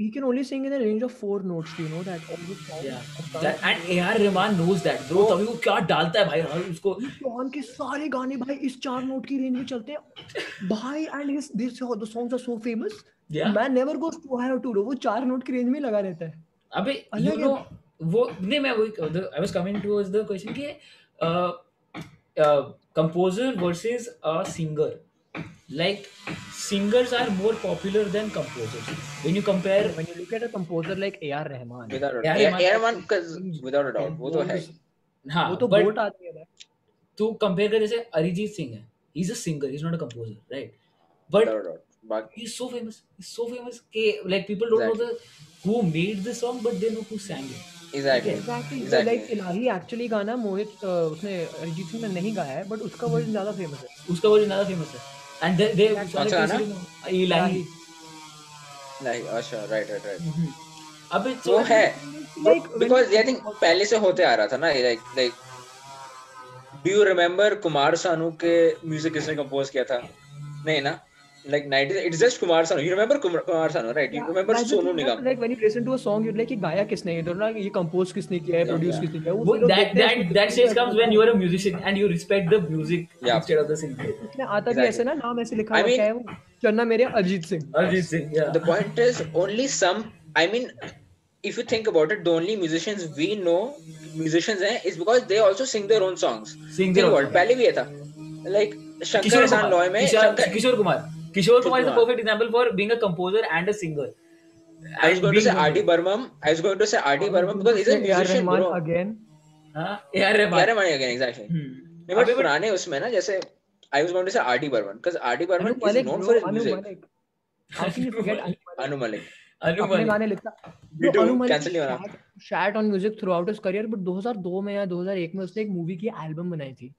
he can only sing in the range of four notes you know that all the songs Yeah. of- and AR Rahman knows that Oh. Bro तभी वो क्या डालता है भाई हर उसको John तो के सारे गाने भाई इस चार नोट की रेंज में चलते हैं भाई and his this the songs are so famous Yeah. Man never goes too high और टू लो वो चार नोट की रेंज में ही लगा रहता है अबे यू अलग है। नो वो नहीं मैं वही I was coming towards the question uh, कि composer versus a singer like singers are more popular than composers when you compare when you look at a composer like AR Rahman without Yeah, AR Rahman- एयरमैन without a doubt वो तो है हाँ वो तो but- गोट आदमी है भाई तो कंपेयर कर जैसे अरिजीत सिंह है he is a singer is not a composer right but without a doubt बाकी he is so famous is so famous के like people don't know the who made the song but they know who sang it exactly exactly Exactly. Like Ilahi actually गाना मोहित अ, उसने अरिजीत सिंह ने नहीं गाया है but उसका वर्जन ज्यादा फेमस है उसका वर्जन ज्यादा फेमस है एंड दे कौन सा गाना? हाँ, हाँ। इलाही लाइक अच्छा राइट राइट राइट हम्म। अबे वो so- है Like, when- because I think पहले से होते आ रहा था ना like like do you remember Kumar Sanu के म्यूजिक किसने कंपोज किया था नहीं ना like 90 it's just Kumar Sanu you remember Kumar Sanu right you remember Sonu Nigam like when you listen to a song you like ये गाया किसने है ना ये कंपोज किसने किया है Yeah, प्रोड्यूस yeah. किसने किया है वो वो लोग that देखते हैं, that उसको that stage देखते हैं, comes when you are a musician and you respect the music Yeah. instead of the singer. उसने आता भी Exactly. ऐसे ना नाम ऐसे लिखा I हुआ mean- क्या है वो चन्ना मेरे Arijit Singh Arjit Singh, yeah. the point is only some i mean if you think about it the only musicians we know musicians eh, is because they also sing their own songs Sing their own what songs. पहले भी ये था like Kishore Shankar Kumar, Ehsaan Loy में Kishore, Shankar Kishore Kumar. Kishore Kumar is the Kumar. perfect example for being a composer and a singer. I was And going to being say humble. R.D. Burman. I was going to say R.D. Burman because he's a A R musician, Rahman bro. Again हाँ, AR Yeah, Rahman. Rahman again, exactly. Hmm. नहीं, but अबे, but- पुराने उसमें ना जैसे I was going to say R.D. Burman because R.D. Burman Anu is Malik known bro, for his Anu music. Malik how can you forget Anu Anu Malik Malik. Anu अपने Malik. गाने लिखता We Bro, do. Anu Malik Cancel नहीं होना. Shat on music throughout his career but 2002 में या 2001 में उसने एक मूवी की एल्बम बनाई थी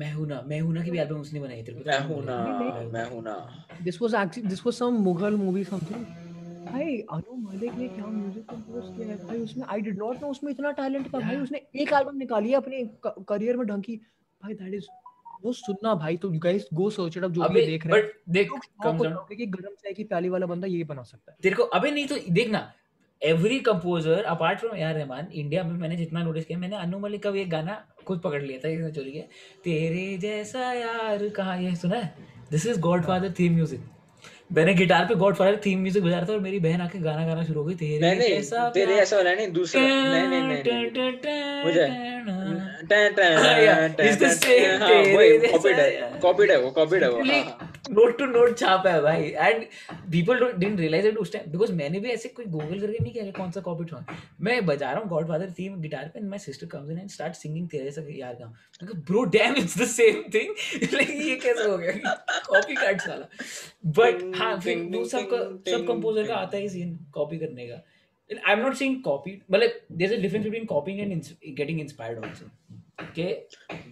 मैं हूं ना मैं हूं ना की भी एल्बम उसने बनाई थी मैं हूं ना, नहीं। मैं हूं ना. This was actually this was some Mughal movie something भाई अनु मलिक ने क्या म्यूजिक कंपोज किया है भाई उसमें आई डिड नॉट नो उसमें इतना टैलेंट था भाई Yeah. उसने एक एल्बम निकाली है अपने करियर में ढंग की भाई दैट इज वो सुनना भाई तो you guys go search it up जो भी अबे ये देख रहे बट देख हैं comes कुछ down लोग कि गरम चाय की प्याली वाला बंदा ये बना सकता है तेरे को अबे नहीं तो देखना एवरी कंपोजर अपार्ट फ्रॉम यार रहमान इंडिया में मैंने जितना नोटिस किया मैंने अनु मलिक का भी एक गाना खुद पकड़ लिया था इसने चोरी किया तेरे जैसा यार कहाँ ये सुना है this is Godfather theme music मैंने गिटार पे गॉड फादर थीम म्यूजिक बजा रहा था और मेरी बहन आके गाना गाना शुरू हो गई तेरे नहीं नहीं तेरे ऐसा वाला नहीं दूसरा नहीं नहीं नहीं, नहीं मुझे- Uh, Yeah, it's the same thing. It's the same. Copied है वो कॉपीड है वो हाँ, हाँ. नोट टू नोट छापा है भाई and people didn't realise it उस टाइम बिकॉज मैंने भी ऐसे कोई गूगल करके नहीं किया कि कौन सा कॉपी सॉन्ग मैं बजा रहा हूँ गॉड फादर थीम गिटार पे my sister comes in and start singing तेरे से यार का मैंने कहा bro damn it's the same thing like ये कैसे हो गया कॉपी कट साला बट Ding, हाँ फिर ding, वो सब ding, का सब ding, कंपोजर का ding. आता है सीन कॉपी करने का I am not saying copy मतलब there is a difference between copying and getting inspired also के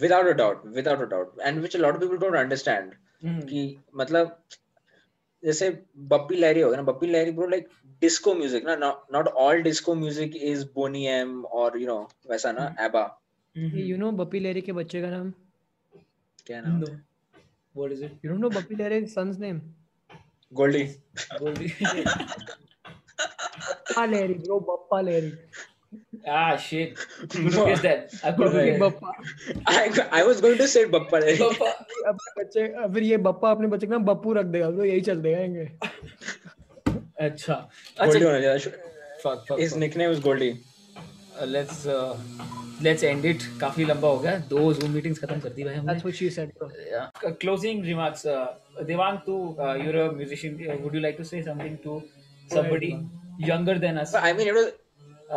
without a doubt without a doubt and which a lot of people don't understand कि मतलब जैसे बप्पी लहरी हो गया ना बप्पी लहरी ब्रो लाइक डिस्को म्यूजिक ना not all disco music is Boney M और यू नो वैसा ना Hmm. ABBA hmm. You know Bappi Lahiri के बच्चे का नाम क्या नाम No. What is it? You don't know Bappi Lahiri son's name Goldie Goldie. Bappa Lahiri bro Bappa Lahiri ah shit. Couldn't guess that. I couldn't Okay. guess. Bappa I I was going to say Bappa Lahiri Papa. अपने बच्चे फिर ये बप्पा अपने बच्चे का नाम बप्पू रख देगा ब्रो यही चल देगा इनके अच्छा गोल्डी अच्छा होना चाहिए fuck fuck. Is nickname is Goldie fuck. Uh, let's uh, let's end it. काफी लंबा हो गया. दो Zoom meetings खत्म कर दी भाई हमने. दैट्स अच्छा। What she said bro Yeah. Uh, Closing remarks. Uh, Devang, too. Uh, you're a musician. Uh, would you like to say something to somebody younger than us? I mean it was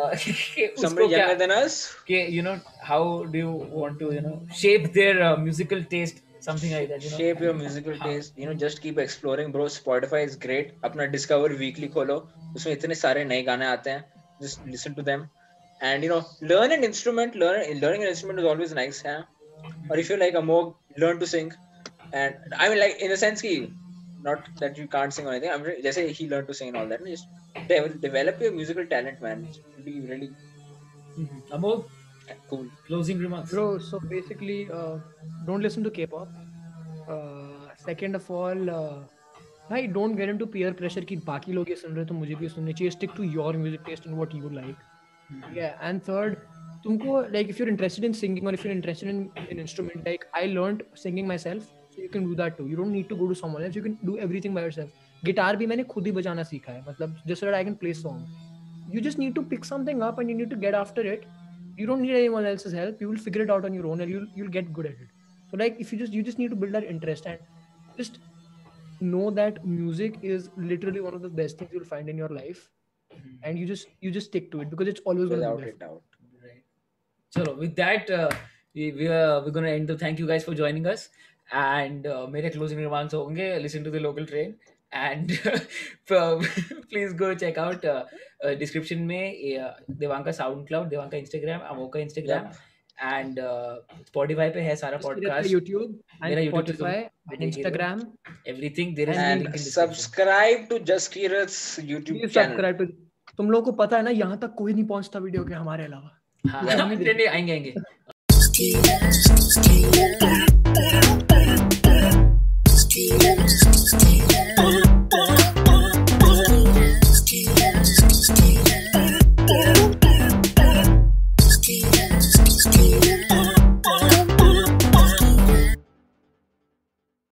Uh, उसको somebody क्या? younger than us कि you know how do you want to you know shape their uh, musical taste something like that you know shape your musical taste you know just keep exploring bro spotify is great अपना discover weekly खोलो उसमें इतने सारे नए गाने आते हैं just listen to them and you know learn an instrument learn learning an instrument is always nice है or if you like a more learn to sing and I mean like in a sense कि not that you can't sing or anything I'm re- जैसे he learned to sing and all that just de- develop your musical talent man it's really really Mhm. Amol, cool closing remarks Uh, Bro, so basically, uh, don't listen to K-pop. Uh, second of all, uh, भाई don't get into peer pressure कि बाकी लोग ये सुन रहे हैं, तो मुझे भी ये सुनना चाहिए. Stick to your music taste and what you like. Yeah, and third, तुमको like if you're interested in singing or if you're interested in an instrument, like I learned singing myself, so you can do that too. You don't need to go to someone else. You can do everything by yourself. Guitar भी मैंने खुद ही बजाना सीखा है मतलब just so that I can play songs. You just need to pick something up and you need to get after it you don't need anyone else's help you will figure it out on your own and you'll you'll get good at it so like if you just you just need to build that interest and just know that music is literally one of the best things you'll find in your life and you just you just stick to it because it's always going to without a be there doubt Right. चलो with that uh, we we are we're gonna end the thank you guys for joining us and uh, मेरे closing remarks होंगे listen to the local train and please go check out description में uh, Devang का SoundCloud Devang का Instagram Amo का Instagram and Spotify पे है सारा podcast YouTube मेरा and YouTube तो Spotify तुम- and Instagram. Everything there is And And subscribe to Just Kirat's YouTube Please channel. subscribe to- तुम लोगों को पता है ना यहाँ तक कोई नहीं पहुंचता वीडियो के हमारे अलावा हां आएंगे आएंगे Steelers, Steelers, Steelers, Steelers.